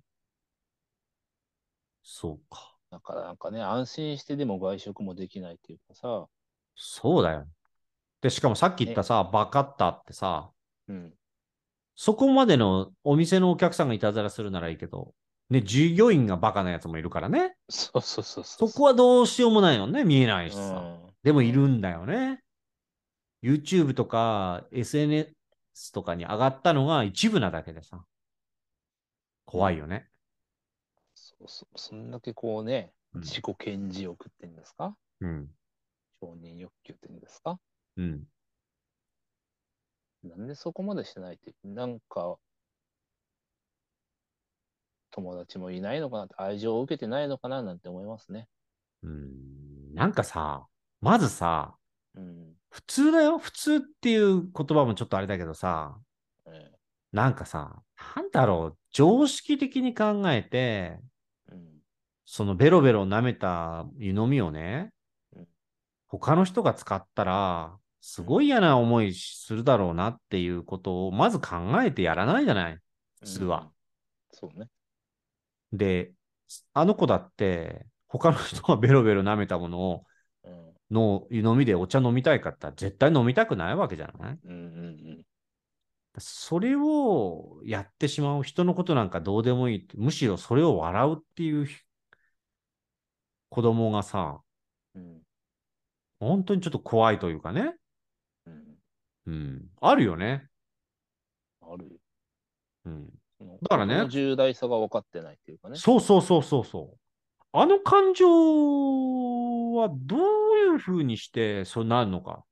Speaker 1: そうか。
Speaker 3: だからなんかね、安心してでも外食もできないっていうかさ、
Speaker 1: そうだよ。で、しかもさっき言ったさ、バカッタってさ、
Speaker 3: うん、
Speaker 1: そこまでのお店のお客さんがいたずらするならいいけど、ね、従業員がバカなやつもいるからね。
Speaker 3: そうそうそうそ。
Speaker 1: そうこはどうしようもないよね。見えな
Speaker 3: う
Speaker 1: いしさ。
Speaker 3: ん
Speaker 1: でもいるんだよね。YouTube とか SNS とかに上がったのが一部なだけでさ。怖いよね。
Speaker 3: そうそうそんだけこうね、
Speaker 1: うん
Speaker 3: 自己顕示欲って言うんですか
Speaker 1: うん。
Speaker 3: 承認欲求って言うんですか
Speaker 1: うん。
Speaker 3: なんでそこまでしてないって、なんか、友達もいないのかなって、愛情を受けてないのかななんて思いますね。
Speaker 1: うん。なんかさ、まずさ、
Speaker 3: うん。
Speaker 1: 普通だよ。普通っていう言葉もちょっとあれだけどさ、
Speaker 3: え
Speaker 1: なんかさ、なんだろう。常識的に考えて、
Speaker 3: えうん。
Speaker 1: そのベロベロ舐めた湯飲みをね
Speaker 3: うん、
Speaker 1: 他の人が使ったら、すごい嫌な思いするだろうなっていうことを、まず考えてやらないじゃない。普通は。
Speaker 3: そうね。
Speaker 1: で、あの子だって、他の人がベロベロ舐めたものを、
Speaker 3: うん。
Speaker 1: の湯飲みでお茶飲みたいかって言ったら絶対飲みたくないわけじゃない
Speaker 3: うんうん
Speaker 1: それをやってしまう人のことなんかどうでもいいって、むしろそれを笑うっていう子供がさ、
Speaker 3: うん。うん。
Speaker 1: 本当にちょっと怖いというかね。
Speaker 3: うん。
Speaker 1: うん。あるよね。
Speaker 3: あるよ。
Speaker 1: うん。
Speaker 3: その
Speaker 1: だからね
Speaker 3: その重大さが分かってないっていうかね。
Speaker 1: そうそうそうそうそう。あの感情はどういうふうにしてそうなるのか。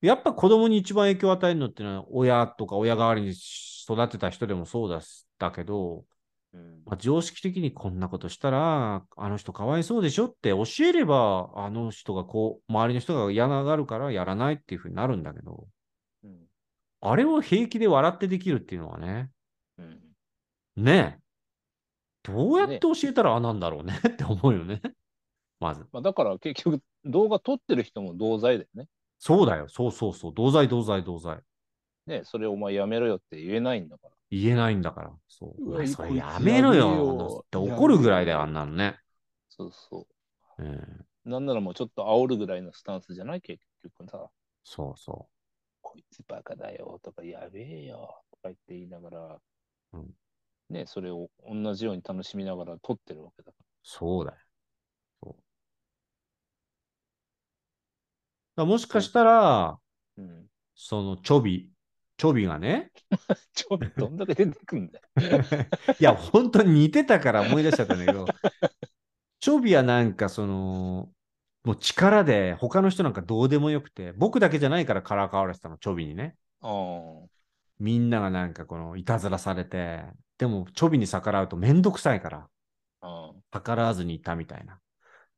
Speaker 1: やっぱ子供に一番影響を与えるのってのは親とか親代わりに育てた人でもそうだしだけど、
Speaker 3: うん
Speaker 1: まあ、常識的にこんなことしたらあの人かわいそうでしょって教えればあの人がこう周りの人が嫌がるからやらないっていうふうになるんだけど、
Speaker 3: うん。
Speaker 1: あれを平気で笑ってできるっていうのはね、
Speaker 3: うん。
Speaker 1: ねえ。どうやって教えたらあなんだろうね って思うよね。まず。
Speaker 3: まあ、だから結局、動画撮ってる人も同罪だよね。
Speaker 1: そうだよ。そうそうそう。同罪同罪同罪。
Speaker 3: ね、それお前やめろよって言えないんだから。
Speaker 1: 言えないんだから。そう。
Speaker 3: うわ
Speaker 1: お前それ
Speaker 3: こいつ
Speaker 1: やめろ
Speaker 3: やめよ
Speaker 1: よ。って怒るぐらいだよ、あんなのね。
Speaker 3: そうそう。
Speaker 1: うん。
Speaker 3: なんならもうちょっと煽るぐらいのスタンスじゃない結局さ、
Speaker 1: そうそ
Speaker 3: こいつバカだよとか、やべえよとか言って言いながら、
Speaker 1: うん
Speaker 3: ね、それを同じように楽しみながら撮ってるわけだか
Speaker 1: う。そうだよ。らもしかしたら、
Speaker 3: うん。
Speaker 1: そのちょび、ちょびがね、
Speaker 3: ちょっとどんだけ出てくんだよ。
Speaker 1: いや、本当に似てたから思い出しちゃったんだけど、チョビはなんかその、もう力で他の人なんかどうでもよくて、僕だけじゃないからからかわれてたの、チョビにね。
Speaker 3: あ
Speaker 1: みんながなんかこのいたずらされて、でもチョビに逆らうとめんどくさいから、
Speaker 3: あ。あ
Speaker 1: 逆らわずにいたみたいな。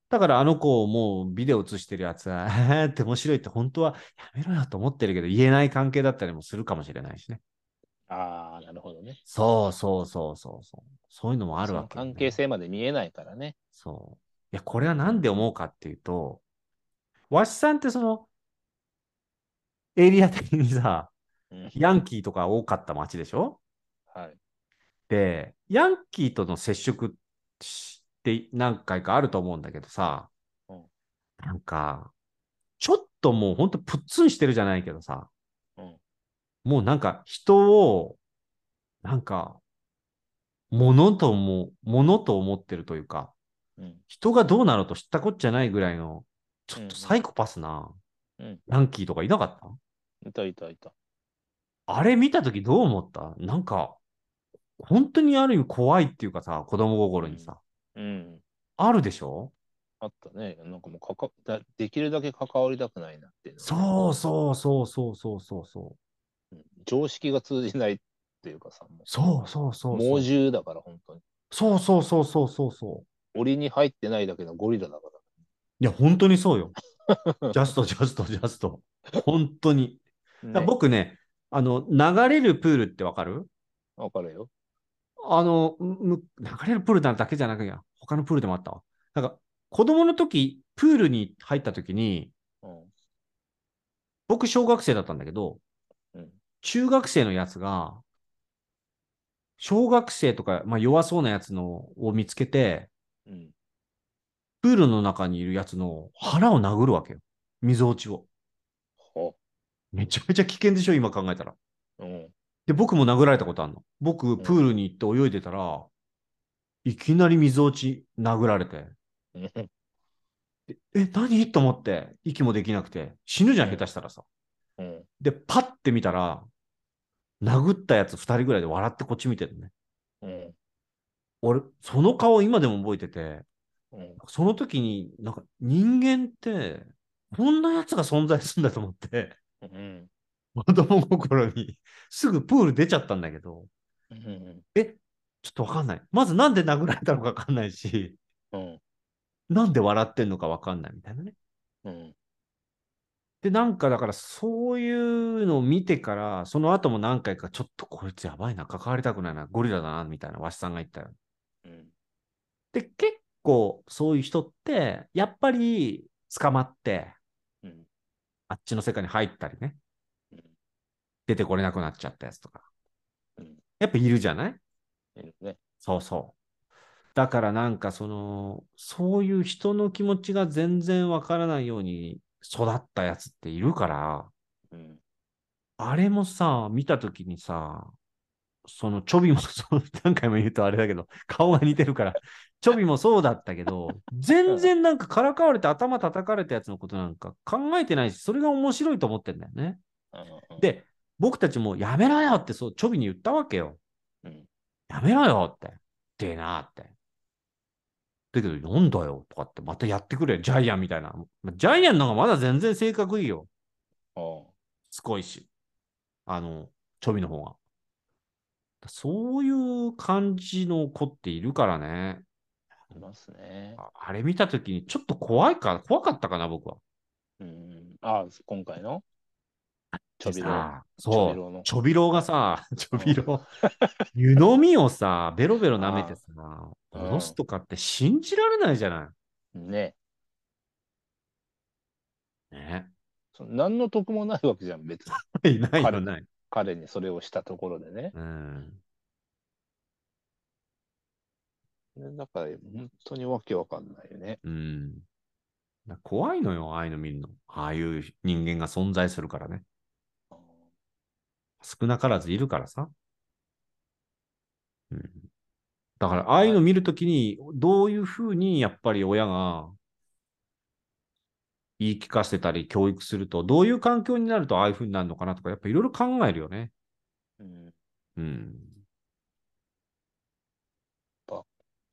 Speaker 1: だからあの子をもうビデオ映してるやつは、 えーって面白いって本当はやめろよと思ってるけど言えない関係だったりもするかもしれないしね。
Speaker 3: あ。ああ、なるほどね。
Speaker 1: そうそうそうそうそう。そういうのもあるわけ、
Speaker 3: その関係性まで見えないからね。
Speaker 1: そう。いや、これは何で思うかっていうと、わしさんってその、エリア的にさ、
Speaker 3: うん
Speaker 1: ヤンキーとか多かった街でしょ
Speaker 3: はい。
Speaker 1: で、ヤンキーとの接触って何回かあると思うんだけどさ、
Speaker 3: うん
Speaker 1: なんか、ちょっともうほんとプッツンしてるじゃないけどさ、
Speaker 3: うん
Speaker 1: もうなんか人を、なんか、物とも、物と思ってるというか、
Speaker 3: うん。
Speaker 1: 人がどうなろうと知ったこっちゃないぐらいの、ちょっ
Speaker 3: うんうん
Speaker 1: とサイコパスな、
Speaker 3: うん
Speaker 1: ヤンキーとかいなかった、
Speaker 3: いたいたいた。
Speaker 1: あれ見たときどう思ったなんか、本当にある意味怖いっていうかさ、子供心にさ、
Speaker 3: うん。
Speaker 1: あるでしょ
Speaker 3: あったね。なんかもうかかだ、できるだけ関わりたくないなっていうの
Speaker 1: そうそうそうそうそうそうそう。
Speaker 3: うん常識が通じないっていうかさ、もう
Speaker 1: そうそうそうそ
Speaker 3: 猛
Speaker 1: う。
Speaker 3: 獣だから、本当に。
Speaker 1: そうそうそうそうそうそう。
Speaker 3: 檻に入ってないだけのゴリラだか
Speaker 1: いや、本当にそう よ。ジャスト、ジャスト、ジャスト。本当に。だ
Speaker 3: ら。
Speaker 1: から
Speaker 3: ね
Speaker 1: 僕ね、あの、流れるプールってわかる
Speaker 3: わかるよ。
Speaker 1: あの、む流れるプールだけじゃなくて、他のプールでもあったわ。なんか、子供の時、プールに入った時に、
Speaker 3: うん。
Speaker 1: 僕、小学生だったんだけど、
Speaker 3: うん。
Speaker 1: 中学生のやつが、小学生とか、まあ、弱そうなやつのを見つけて、
Speaker 3: うん。
Speaker 1: プールの中にいるやつの腹を殴るわけよ。溝落ちを。
Speaker 3: ほ
Speaker 1: めちゃめちゃ危険でしょ、今考えたら。
Speaker 3: う。うん。
Speaker 1: で、僕も殴られたことあるの。僕、プールに行って泳いでたら、いきなり溝落ち殴られて、
Speaker 3: うん
Speaker 1: え、何と思って、息もできなくて、死ぬじゃん、下手したらさ。
Speaker 3: うん。
Speaker 1: で、パッて見たら、殴ったやつ2人ぐらいで笑ってこっち見てるね。
Speaker 3: うん。
Speaker 1: 俺、その顔今でも覚えてて、
Speaker 3: うん。
Speaker 1: その時に、なんか人間って、こんなやつが存在するんだと思って、
Speaker 3: うん。
Speaker 1: 子供心に、すぐプール出ちゃったんだけど、
Speaker 3: うん。
Speaker 1: ちょっとわかんない。まずなんで殴られたのかわかんないし、
Speaker 3: うん。
Speaker 1: なんで笑ってんのかわかんないみたいなね。
Speaker 3: うん。
Speaker 1: で、なんかだからそういうのを見てから、その後も何回かちょっとこいつやばいな、関わりたくないな、ゴリラだな、みたいな、わしさんが言ったよ。
Speaker 3: うん。
Speaker 1: で、結構そういう人って、やっぱり捕まって、
Speaker 3: うん。
Speaker 1: あっちの世界に入ったりね、
Speaker 3: うん
Speaker 1: 出てこれなくなっちゃったやつとか
Speaker 3: うん。
Speaker 1: やっぱいるじゃない
Speaker 3: いるね。
Speaker 1: そうそう。だからなんかその、そういう人の気持ちが全然わからないように育ったやつっているから、
Speaker 3: うん。
Speaker 1: あれもさ、見たときにさ、そのチョビも そう、何回も言うとあれだけど、顔が似てるから、チョビもそうだったけど、全然なんかからかわれて頭叩かれたやつのことなんか考えてないし、それが面白いと思ってんだよね。
Speaker 3: うん、
Speaker 1: で、僕たちもやめろよってそう、チョビに言ったわけよ。
Speaker 3: うん。
Speaker 1: やめろよって。でなって。だけど、なんだよとかって、またやってくれよ、ジャイアンみたいな。まジャイアンの方がまだ全然性格いいよ。
Speaker 3: ああ。
Speaker 1: すごいし、あの、ちょびの方が。そういう感じの子っているからね。
Speaker 3: いますね。
Speaker 1: ああれ見たときにちょっと怖いか、怖かったかな、僕は。
Speaker 3: うん。ああ、今回のちょびろ。
Speaker 1: さあ
Speaker 3: ちょび
Speaker 1: そう。
Speaker 3: ろの。
Speaker 1: ちょびろうがさ、ちょびろう、湯飲みをさ、ベロベロ舐めてさ、
Speaker 3: うん
Speaker 1: 戻すとかって信じられないじゃな
Speaker 3: ね。
Speaker 1: い。ね。
Speaker 3: そ何の得もないわけじゃ ん、別に。
Speaker 1: いない
Speaker 3: 彼
Speaker 1: よ、ない。
Speaker 3: 彼にそれをしたところでね。
Speaker 1: うん。
Speaker 3: だから、本当にわけわかんないよね。
Speaker 1: うん。だ怖いのよ、ああいうの見るの。ああいう人間が存在するからね。少なからずいるからさ。うん、だから、ああいうの見るときに、どういうふうにやっぱり親が言い聞かせたり、教育すると、どういう環境になるとああいうふうになるのかなとか、やっぱいろいろ考えるよね。
Speaker 3: うん
Speaker 1: うん。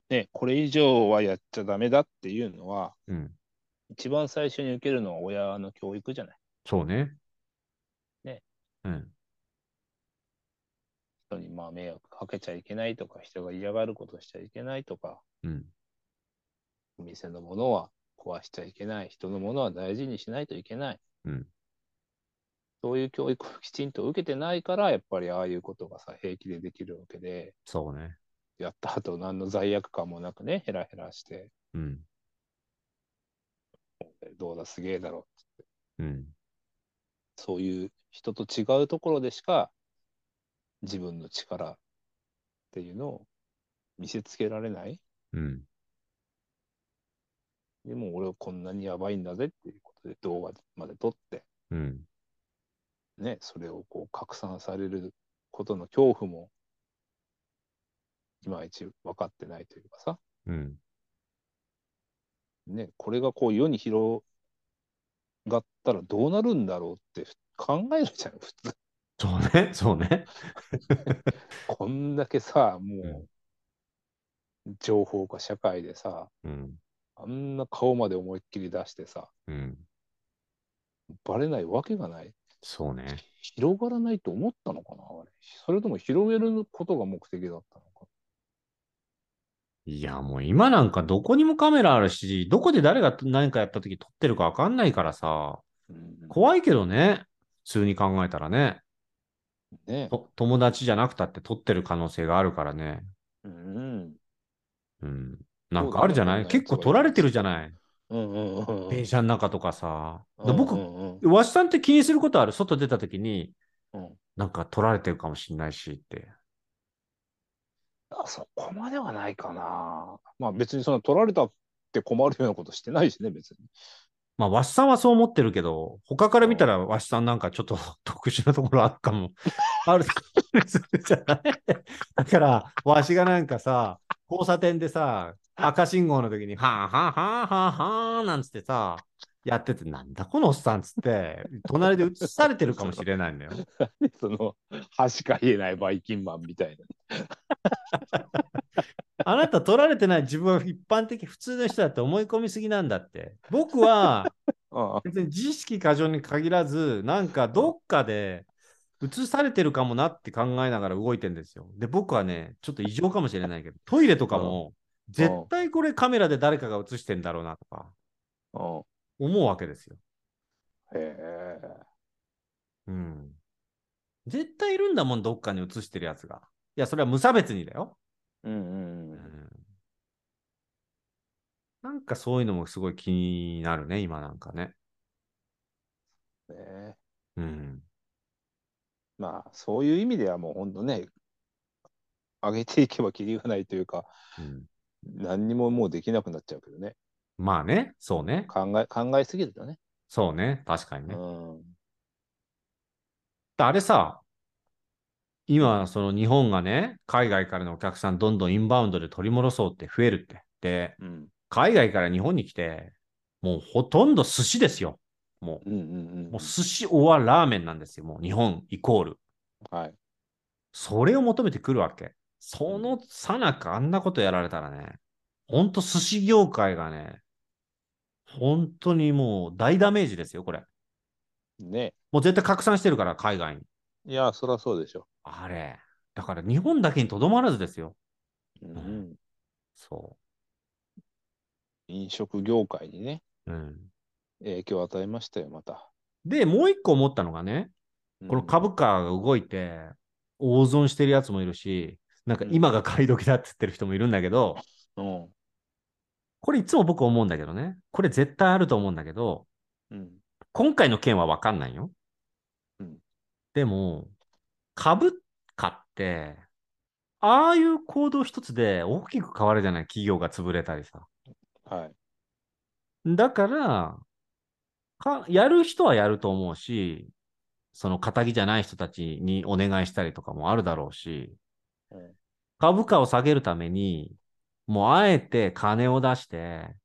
Speaker 3: ね、これ以上はやっちゃダメだっていうのは、
Speaker 1: うん。
Speaker 3: 一番最初に受けるのは親の教育じゃない。
Speaker 1: そうね。
Speaker 3: ね。
Speaker 1: うん。
Speaker 3: 人にまあ迷惑かけちゃいけないとか、人が嫌がることしちゃいけないとか、
Speaker 1: うん。
Speaker 3: お店のものは壊しちゃいけない、人のものは大事にしないといけない。
Speaker 1: うん
Speaker 3: そういう教育をきちんと受けてないから、やっぱりああいうことがさ、平気でできるわけで、
Speaker 1: そうね。
Speaker 3: やった後何の罪悪感もなくね、ヘラヘラして、
Speaker 1: うん。
Speaker 3: どうだ、すげえだろ
Speaker 1: うん。
Speaker 3: そういう人と違うところでしか自分の力っていうのを見せつけられない。
Speaker 1: うん。
Speaker 3: でも俺はこんなにやばいんだぜっていうことで動画まで撮って、
Speaker 1: うん。
Speaker 3: ね、それをこう拡散されることの恐怖もいまいち分かってないというかさ、
Speaker 1: うん。
Speaker 3: ね、これがこう世に広がったらどうなるんだろうって考えるじゃん、普通。
Speaker 1: そうね。そうね。
Speaker 3: こんだけさ、も
Speaker 1: う
Speaker 3: う情報化社会でさ、
Speaker 1: うん。
Speaker 3: あんな顔まで思いっきり出してさ、
Speaker 1: うん。
Speaker 3: バレないわけがない。
Speaker 1: そうね。
Speaker 3: 広がらないと思ったのかなあれそれとも広げることが目的だったのか。
Speaker 1: いや、もう今なんかどこにもカメラあるし、どこで誰が何かやった時撮ってるかわかんないからさ、
Speaker 3: い
Speaker 1: 怖いけどね。普通に考えたらね。
Speaker 3: ね。
Speaker 1: と友達じゃなくたって撮ってる可能性があるからね。
Speaker 3: うん
Speaker 1: うん。なんかあるじゃない
Speaker 3: そうだね
Speaker 1: 結構撮られてるじゃない
Speaker 3: うんうんうん
Speaker 1: 電車の中とかさ。
Speaker 3: うん。
Speaker 1: 僕、
Speaker 3: うんうん
Speaker 1: わしさんって気にすることある外出た時に、
Speaker 3: うん
Speaker 1: なんか撮られてるかもしんないしって。
Speaker 3: あそこまではないかな。まあ別にその取られたって困るようなことしてないしね、別に。
Speaker 1: まあ、わしさんはそう思ってるけど、他から見たらわしさんなんかちょっと 特殊なところあるかも。あるじゃないだから、わしがなんかさ、交差点でさ、赤信号の時に、はあはあはあはあはあなんつってさ、やってて、なんだこのおっさんっつって、隣で映されてるかもしれないんだよ。
Speaker 3: その、歯しか言えないバイキンマンみたいな。
Speaker 1: あなた取られてない自分は一般的普通の人だって思い込みすぎなんだって。僕は
Speaker 3: あ
Speaker 1: 別に自意識過剰に限らず、なんかどっかで映されてるかもなって考えながら動いてんですよ。で、僕はね、ちょっと異常かもしれないけど、トイレとかも絶対これカメラで誰かが映してんだろうなとか
Speaker 3: あうん
Speaker 1: 思うわけですよ。
Speaker 3: へえ。
Speaker 1: うん。絶対いるんだもん、どっかに映してるやつが。いや、それは無差別にだよ。
Speaker 3: うんうん
Speaker 1: う
Speaker 3: うん。
Speaker 1: んなんかそういうのもすごい気になるね、今なんかね。
Speaker 3: ねえ
Speaker 1: うん。
Speaker 3: まあそういう意味ではもう本当ね上げていけばキリがないというか
Speaker 1: うん、
Speaker 3: 何にももうできなくなっちゃうけどね
Speaker 1: まあね、そうね。
Speaker 3: 考え考えすぎるとね
Speaker 1: そうね、確かにね。
Speaker 3: うん
Speaker 1: あれさ、今、その日本がね、海外からのお客さん、どんどんインバウンドで取り戻そうって増えるって。で、
Speaker 3: うん
Speaker 1: 海外から日本に来て、もうほとんど寿司ですよ。も
Speaker 3: うんうんう
Speaker 1: う、
Speaker 3: ん
Speaker 1: もう寿司オアラーメンなんですよ。もう日本イコール。
Speaker 3: はい
Speaker 1: それを求めてくるわけ。そのさなかあんなことやられたらね、ほんと寿司業界がね、本当にもう大ダメージですよ、これ。
Speaker 3: ね
Speaker 1: もう絶対拡散してるから、海外に。
Speaker 3: いやそりゃそうでしょ
Speaker 1: あれ。だから日本だけにとどまらずですよ。
Speaker 3: うん、
Speaker 1: うんそ
Speaker 3: 飲食業界にね
Speaker 1: う。うん。
Speaker 3: 影響を与えましたよまた、
Speaker 1: で、もう一個思ったのがね、この株価が動いて、大損してるやつもいるし、なんか今が買い時だって言ってる人もいるんだけど、
Speaker 3: うんうん
Speaker 1: これいつも僕思うんだけどね、これ絶対あると思うんだけど、
Speaker 3: うん
Speaker 1: 今回の件は分かんないよ。
Speaker 3: うん
Speaker 1: でも、株価って、ああいう行動一つで大きく変わるじゃない企業が潰れたりさ。
Speaker 3: はい
Speaker 1: だから、かやる人はやると思うし、その仇じゃない人たちにお願いしたりとかもあるだろうし、
Speaker 3: うん
Speaker 1: 株価を下げるために、もうあえて金を出して、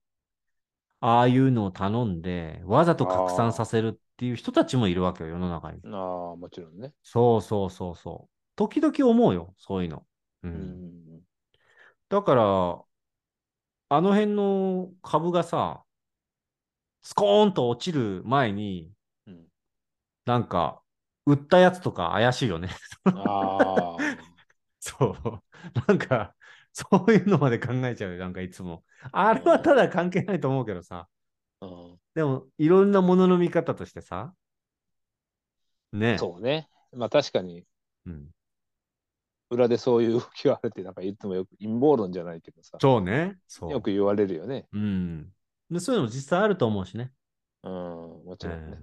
Speaker 1: ああいうのを頼んで、わざと拡散させるっていう人たちもいるわけよ、世の中に。
Speaker 3: ああ、もちろんね。
Speaker 1: そうそうそうそう。時々思うよ、そういうの。う。
Speaker 3: うんん。
Speaker 1: だから、あの辺の株がさ、スコーンと落ちる前に、
Speaker 3: うん
Speaker 1: なんか、売ったやつとか怪しいよね。
Speaker 3: ああ。
Speaker 1: そう。なんか、そういうのまで考えちゃうよ、なんかいつも。あれはただ関係ないと思うけどさ。
Speaker 3: うん
Speaker 1: でも、いろんなものの見方としてさ。ねえ。
Speaker 3: そうね。まあ確かに、
Speaker 1: うん
Speaker 3: 裏でそういう動きがあるって、なんか言ってもよく陰謀論じゃないけどさ。
Speaker 1: そうね。そう。
Speaker 3: よく言われるよね。
Speaker 1: うん。でそういうのも実際あると思うしね。
Speaker 3: うん、もちろんね。
Speaker 1: うん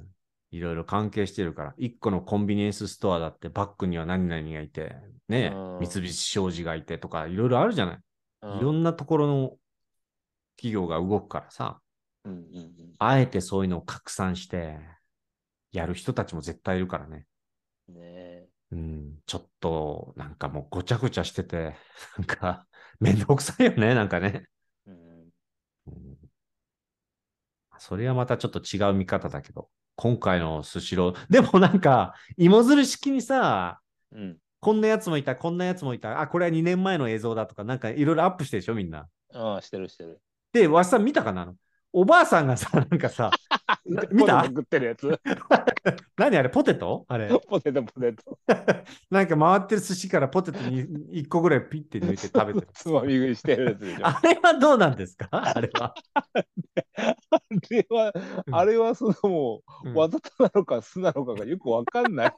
Speaker 1: いろいろ関係してるから、一個のコンビニエンスストアだってバックには何々がいて、ねえ、
Speaker 3: うん
Speaker 1: 三菱商事がいてとか、いろいろあるじゃない。
Speaker 3: うん
Speaker 1: いろんなところの企業が動くからさ、
Speaker 3: うんうんうん
Speaker 1: あえてそういうのを拡散して、やる人たちも絶対いるからね。
Speaker 3: ねえ
Speaker 1: うん、ちょっと、なんかもうごちゃごちゃしてて、なんか、 めんどくさいよね、なんかね。
Speaker 3: うん
Speaker 1: うんそれはまたちょっと違う見方だけど、今回のスシロー、でもなんか、芋づる式にさ、
Speaker 3: うん。
Speaker 1: こんなやつもいた、こんなやつもいた、あ、これは2年前の映像だとか、なんかいろいろアップしてるでしょ、みんな。
Speaker 3: ああ、してるしてる。
Speaker 1: で、わしさん見たかなあのおばあさんがさ、 なんかさ、な見た
Speaker 3: ポテト食ってるやつ。
Speaker 1: 何あれ、ポテトあれ。
Speaker 3: ポテトポテト。
Speaker 1: なんか回ってる寿司からポテトに1個ぐらいピッて抜いて食
Speaker 3: 。
Speaker 1: べてる
Speaker 3: つまみ食いしてるやつでしょ。あ
Speaker 1: あれはどうなんですかあれは。
Speaker 3: れは、
Speaker 1: うん
Speaker 3: あれはそのも
Speaker 1: うん
Speaker 3: う、わざとなのか素なのかがよくわか んない、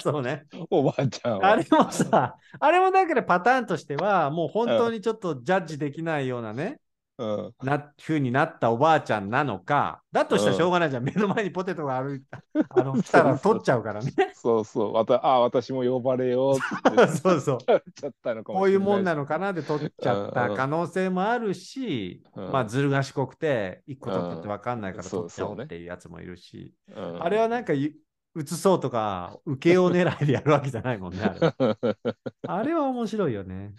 Speaker 1: そうね。
Speaker 3: おばあちゃんは。
Speaker 1: あれもさ、あれもだからパターンとしては、もう本当にちょっとジャッジできないようなね、
Speaker 3: うん。
Speaker 1: な、風になったおばあちゃんなのか、だとしたらしょうがないじゃん。目の前にポテトがある、あ の、来たら取っちゃうからね。
Speaker 3: そうそう。わたああ、私も呼ばれようって
Speaker 1: そうそう。
Speaker 3: 言っちゃったのか
Speaker 1: こ
Speaker 3: も
Speaker 1: う
Speaker 3: し
Speaker 1: い
Speaker 3: れ
Speaker 1: うもん
Speaker 3: な
Speaker 1: ないの
Speaker 3: し。
Speaker 1: かなで取っちゃった可能性もあるし、
Speaker 3: うん
Speaker 1: まあ、ずる賢くて、一個取ったって分かんないから取っちゃおうっていうやつもいるし、
Speaker 3: うん
Speaker 1: あれはなんかい、移そうとか、受けよう狙いでやるわけじゃないもんね。あれあれは面白いよ ね。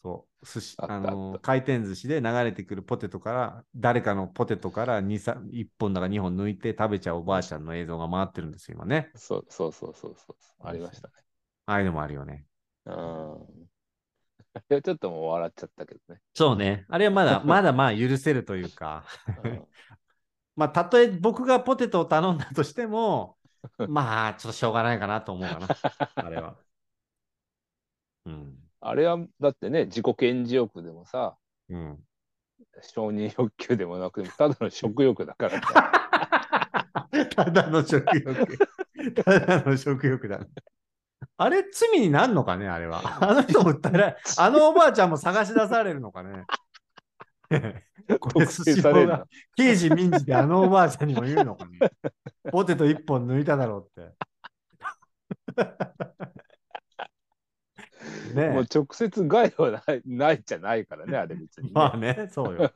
Speaker 1: そう、寿司、
Speaker 3: あった
Speaker 1: あ
Speaker 3: あっ
Speaker 1: の
Speaker 3: た
Speaker 1: 回転寿司で流れてくるポテトから、誰かのポテトから2、3 1本だか2本抜いて食べちゃうおばあちゃんの映像が回ってるんですよ、今ね。
Speaker 3: そうそうそうそうそう。ありましたね。
Speaker 1: ああいうのもあるよね。
Speaker 3: うん。 あれはちょっともう笑っちゃったけどね。
Speaker 1: そうね。あれはま だ、まだまあ許せるというか、
Speaker 3: うん
Speaker 1: まあ、たとえ僕がポテトを頼んだとしても、 まあ、ちょっとしょうがないかなと思うかな、あれは。うん。
Speaker 3: あれはだってね自己顕示欲でもさ
Speaker 1: うん。
Speaker 3: 承認欲求でもなくただの食欲だからさ
Speaker 1: ただの食 欲。ただの食欲だね。あれ、罪になんのかね、あれ は。あの人も訴えられ、あのおばあちゃんも探し出されるのか ね。これ、
Speaker 3: 特
Speaker 1: ス
Speaker 3: 定
Speaker 1: シ
Speaker 3: さ
Speaker 1: ロ
Speaker 3: れ
Speaker 1: ー
Speaker 3: る
Speaker 1: が
Speaker 3: な
Speaker 1: 刑事民事であのおばあちゃんにも言うのか ね。ポテト一本抜いただろう って。ね
Speaker 3: も う
Speaker 1: え
Speaker 3: 直接害はないないじゃないからねあれ別に、ね
Speaker 1: まあね、そう よ。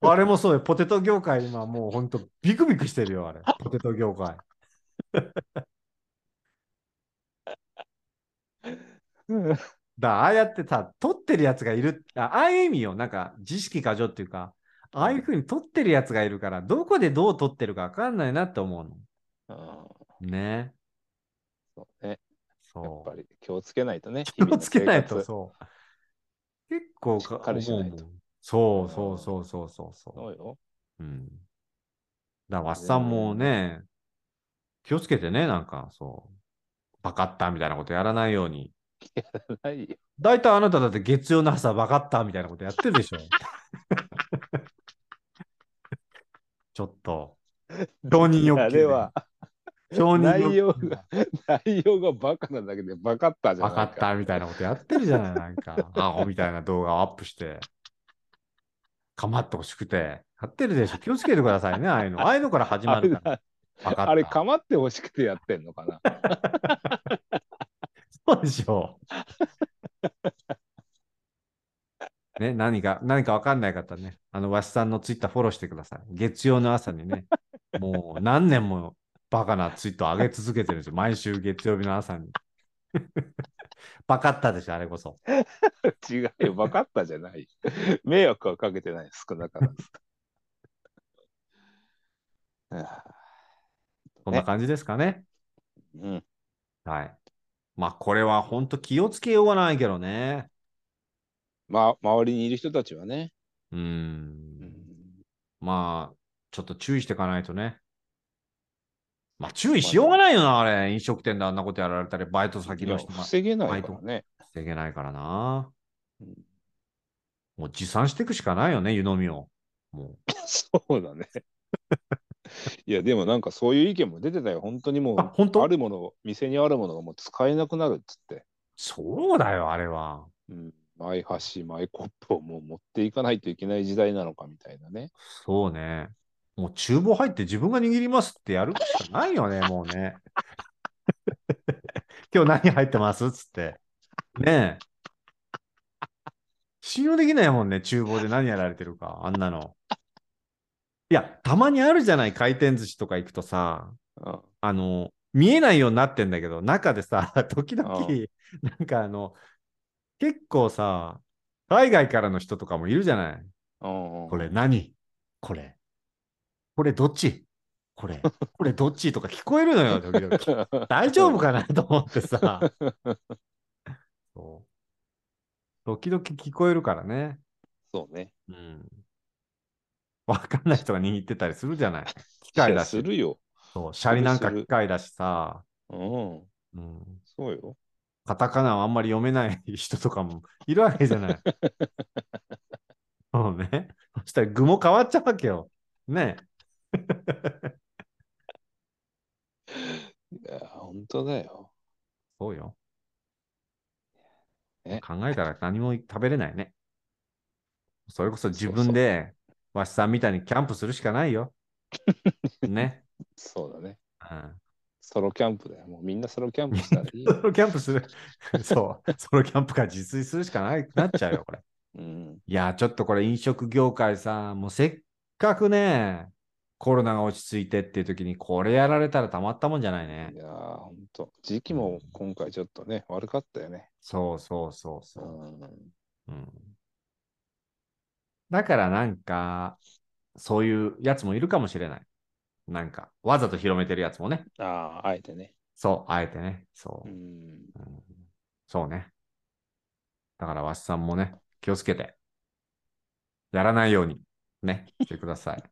Speaker 1: あれもそうよ。ポテト業界、今もう本当ビクビクしてるよ、あれ。ポテト業界。
Speaker 3: うん
Speaker 1: だああやってさ、取ってるやつがいる、あああいう意味よ、なんか、知識過剰っていうか、ああいうふうに取ってるやつがいるから、どこでどう取ってるか分かんないなって思うの。ね。
Speaker 3: そうねやっ
Speaker 1: そ
Speaker 3: ぱり気をつけないとね
Speaker 1: う。 気をつけないと、
Speaker 3: 日々の生活
Speaker 1: そう。結構か、
Speaker 3: しっかりしない
Speaker 1: 思
Speaker 3: と
Speaker 1: うもんそうそうそうそうそう
Speaker 3: そ
Speaker 1: そう
Speaker 3: よ
Speaker 1: う。うん。だから、わっさんもね、気をつけてね、なんか、そう。バカッターみたいなことやらないように。
Speaker 3: ないよ
Speaker 1: 大体あなただって月曜の朝分かったみたいなことやってるで しょ。ちょっと。承認欲求で
Speaker 3: あれは
Speaker 1: 承認欲
Speaker 3: 内容
Speaker 1: 求
Speaker 3: が内容がバカなだけでバカったじゃな
Speaker 1: 分
Speaker 3: い
Speaker 1: か
Speaker 3: か
Speaker 1: ったみたいなことやってるじゃない、なんか。アホみたいな動画をアップして。かまってほしくて。やってるでしょ。気をつけてくださいね、ああいうの。ああいうのから始まるから。分かった。
Speaker 3: あれ構ってほしくてやってんのかな
Speaker 1: そうでしょう。ね、何か、何か分かんない方ね、あの、わしさんのツイッターフォローしてください。月曜の朝にね、もう何年もバカなツイート上げ続けてるんですよ。毎週月曜日の朝に。バカったでしょ、あれこそ。
Speaker 3: 違うよ、分かったじゃない。迷惑はかけてない、少なからず。 ああ
Speaker 1: こんな感じですかね。
Speaker 3: うん、
Speaker 1: はい。まあ、これは本当気をつけようがないけどね。
Speaker 3: まあ、周りにいる人たちはね。
Speaker 1: うー。
Speaker 3: うんん
Speaker 1: まあ、ちょっと注意していかないとね。まあ、注意しようがないよな、あれ。飲食店であんなことやられたり、バイト先
Speaker 3: い
Speaker 1: の
Speaker 3: や
Speaker 1: 人が
Speaker 3: 防げないからね。
Speaker 1: いけないからな
Speaker 3: うん。
Speaker 1: もう持参していくしかないよね、湯飲みを。も
Speaker 3: そうだね。 いや、でもなんかそういう意見も出てたよ。本当にも
Speaker 1: う。あ、本
Speaker 3: う、あ
Speaker 1: 当
Speaker 3: るもの、店にあるものがもう使えなくなるっつって。
Speaker 1: そうだよ、あれは。
Speaker 3: うん、マイ箸、マイコップをもう持っていかないといけない時代なのかみたいなね。
Speaker 1: そうね。もう厨房入って自分が握りますってやるしかないよね、もうね。今日何入ってますつって。ねえ。信用できないもんね、厨房で何やられてるか、あんなの。いや、たまにあるじゃない、回転寿司とか行くとさ、
Speaker 3: うん
Speaker 1: あの、見えないようになってんだけど、中でさ、 時々
Speaker 3: う、
Speaker 1: なんかあの、結構さ、海外からの人とかもいるじゃない。
Speaker 3: うんうん
Speaker 1: これ何これ。これどっちこ れ。これどっちとか聞こえるのよ、時々。大丈夫かなと思ってさ。そう時々聞こえるからね。
Speaker 3: そうね。
Speaker 1: うん。わかんない人が握ってたりするじゃない。機
Speaker 3: いや
Speaker 1: 械だし。
Speaker 3: するよ。
Speaker 1: そう。シャリなんか
Speaker 3: する
Speaker 1: 機械だしさ。
Speaker 3: うん。
Speaker 1: うん。
Speaker 3: そうよ。
Speaker 1: カタカナをあんまり読めない人とかもいるわけじゃ ない。そうね。そしたら具も変わっちゃうわけよ。ね
Speaker 3: いや、本当だよ。
Speaker 1: そうよ。
Speaker 3: ね
Speaker 1: 考えたら何も食べれないね。それこそ自分で、わしさんみたいにキャンプするしかない よ。ね。
Speaker 3: そうだね。
Speaker 1: うん
Speaker 3: ソロキャンプだよ。もうみんなソロキャンプしたらいい よ。
Speaker 1: ソロキャンプする。そう。ソロキャンプから自炊するしかないなっちゃうよ、これ。
Speaker 3: うん。
Speaker 1: いやー、ちょっとこれ飲食業界さ、もうせっかくね、コロナが落ち着いてっていう時に、これやられたらたまったもんじゃないね
Speaker 3: い。やー、本当。時期も今回ちょっとね、悪かったよね。
Speaker 1: そうそうそう
Speaker 3: う
Speaker 1: そ
Speaker 3: ん。
Speaker 1: う。うん、だからなんか、そういうやつもいるかもしれない。なんか、わざと広めてるやつもね。
Speaker 3: ああ、あえてね。
Speaker 1: そう、あえてね。そうう。
Speaker 3: ん。。
Speaker 1: うんそうね。だから、わしさんもね、気をつけて、やらないように、ね、してくださ い。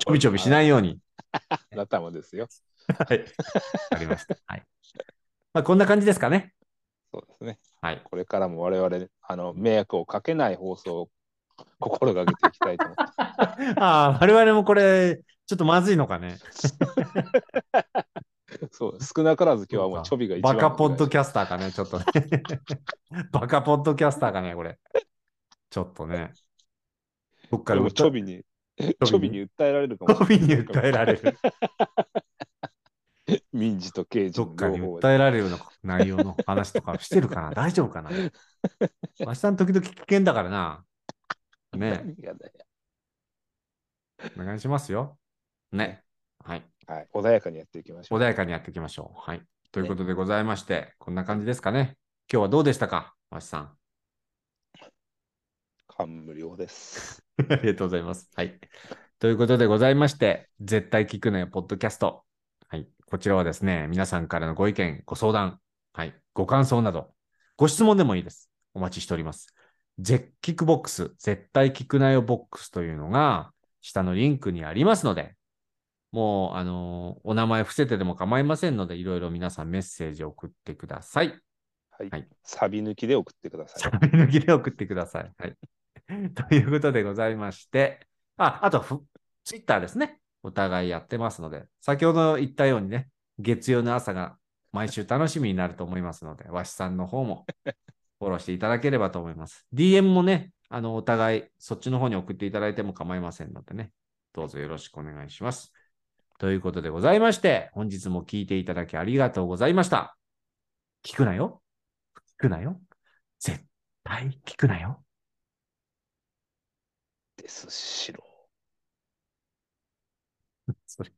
Speaker 1: ちょびちょびしないいように。
Speaker 3: あなたもですよ。
Speaker 1: はい。ありました。はい。まあ、こんな感じですかね。
Speaker 3: そうですね。
Speaker 1: はい。
Speaker 3: これからも我々、あの、迷惑をかけない放送を心がけていきたいと 思って。
Speaker 1: ああ、我々もこれ、ちょっとまずいのかね。
Speaker 3: そう、少なからず今日はもうちょびが一
Speaker 1: バ
Speaker 3: 番。
Speaker 1: カポッドキャスターかね、ちょっとね。 バカポッドキャスターかね、これ。ちょっとね。どっか
Speaker 3: で
Speaker 1: ら
Speaker 3: もちょびに、ちょびに訴えられるかも
Speaker 1: ちょ
Speaker 3: しれ
Speaker 1: び
Speaker 3: ない。
Speaker 1: に訴えられる。
Speaker 3: 民事と刑事
Speaker 1: ど
Speaker 3: の
Speaker 1: っかに
Speaker 3: 両方
Speaker 1: 訴えられるような内容の話とかしてるかな大丈夫かなわしさん時々危険だからな。ね、
Speaker 3: やだや
Speaker 1: お願いしますよ。ね。はい。
Speaker 3: はい、穏やかにやっていきましょう。
Speaker 1: 穏やかにやっていきましょう。はい。ということでございまして、こんな感じですかね。今日はどうでしたか、わしさん。
Speaker 3: 感無量です。
Speaker 1: ありがとうございます。はい。ということでございまして、絶対聞くなよ、ポッドキャスト。はい。こちらはですね、皆さんからのご意見、ご相談、はい。ご感想など、ご質問でもいいです。お待ちしております。絶キックボックス、絶対聞くなよボックスというのが、下のリンクにありますので、もう、あのーお名前伏せてでも構いませんので、いろいろ皆さんメッセージを送ってください。
Speaker 3: はい。
Speaker 1: はい
Speaker 3: サビ抜きで送ってください。
Speaker 1: 喋り抜きで送ってください。はい。 ということでございまして、あ、あとふ、ツイッターですね。お互いやってますので、先ほど言ったようにね、月曜の朝が毎週楽しみになると思いますので、わしさんの方もフォローしていただければと思います。DM もね、あの、お互いそっちの方に送っていただいても構いませんのでね、どうぞよろしくお願いします。ということでございまして、本日も聞いていただきありがとうございました。聞くなよ。聞くなよ。絶対聞くなよ。
Speaker 3: ですしろ。
Speaker 1: それ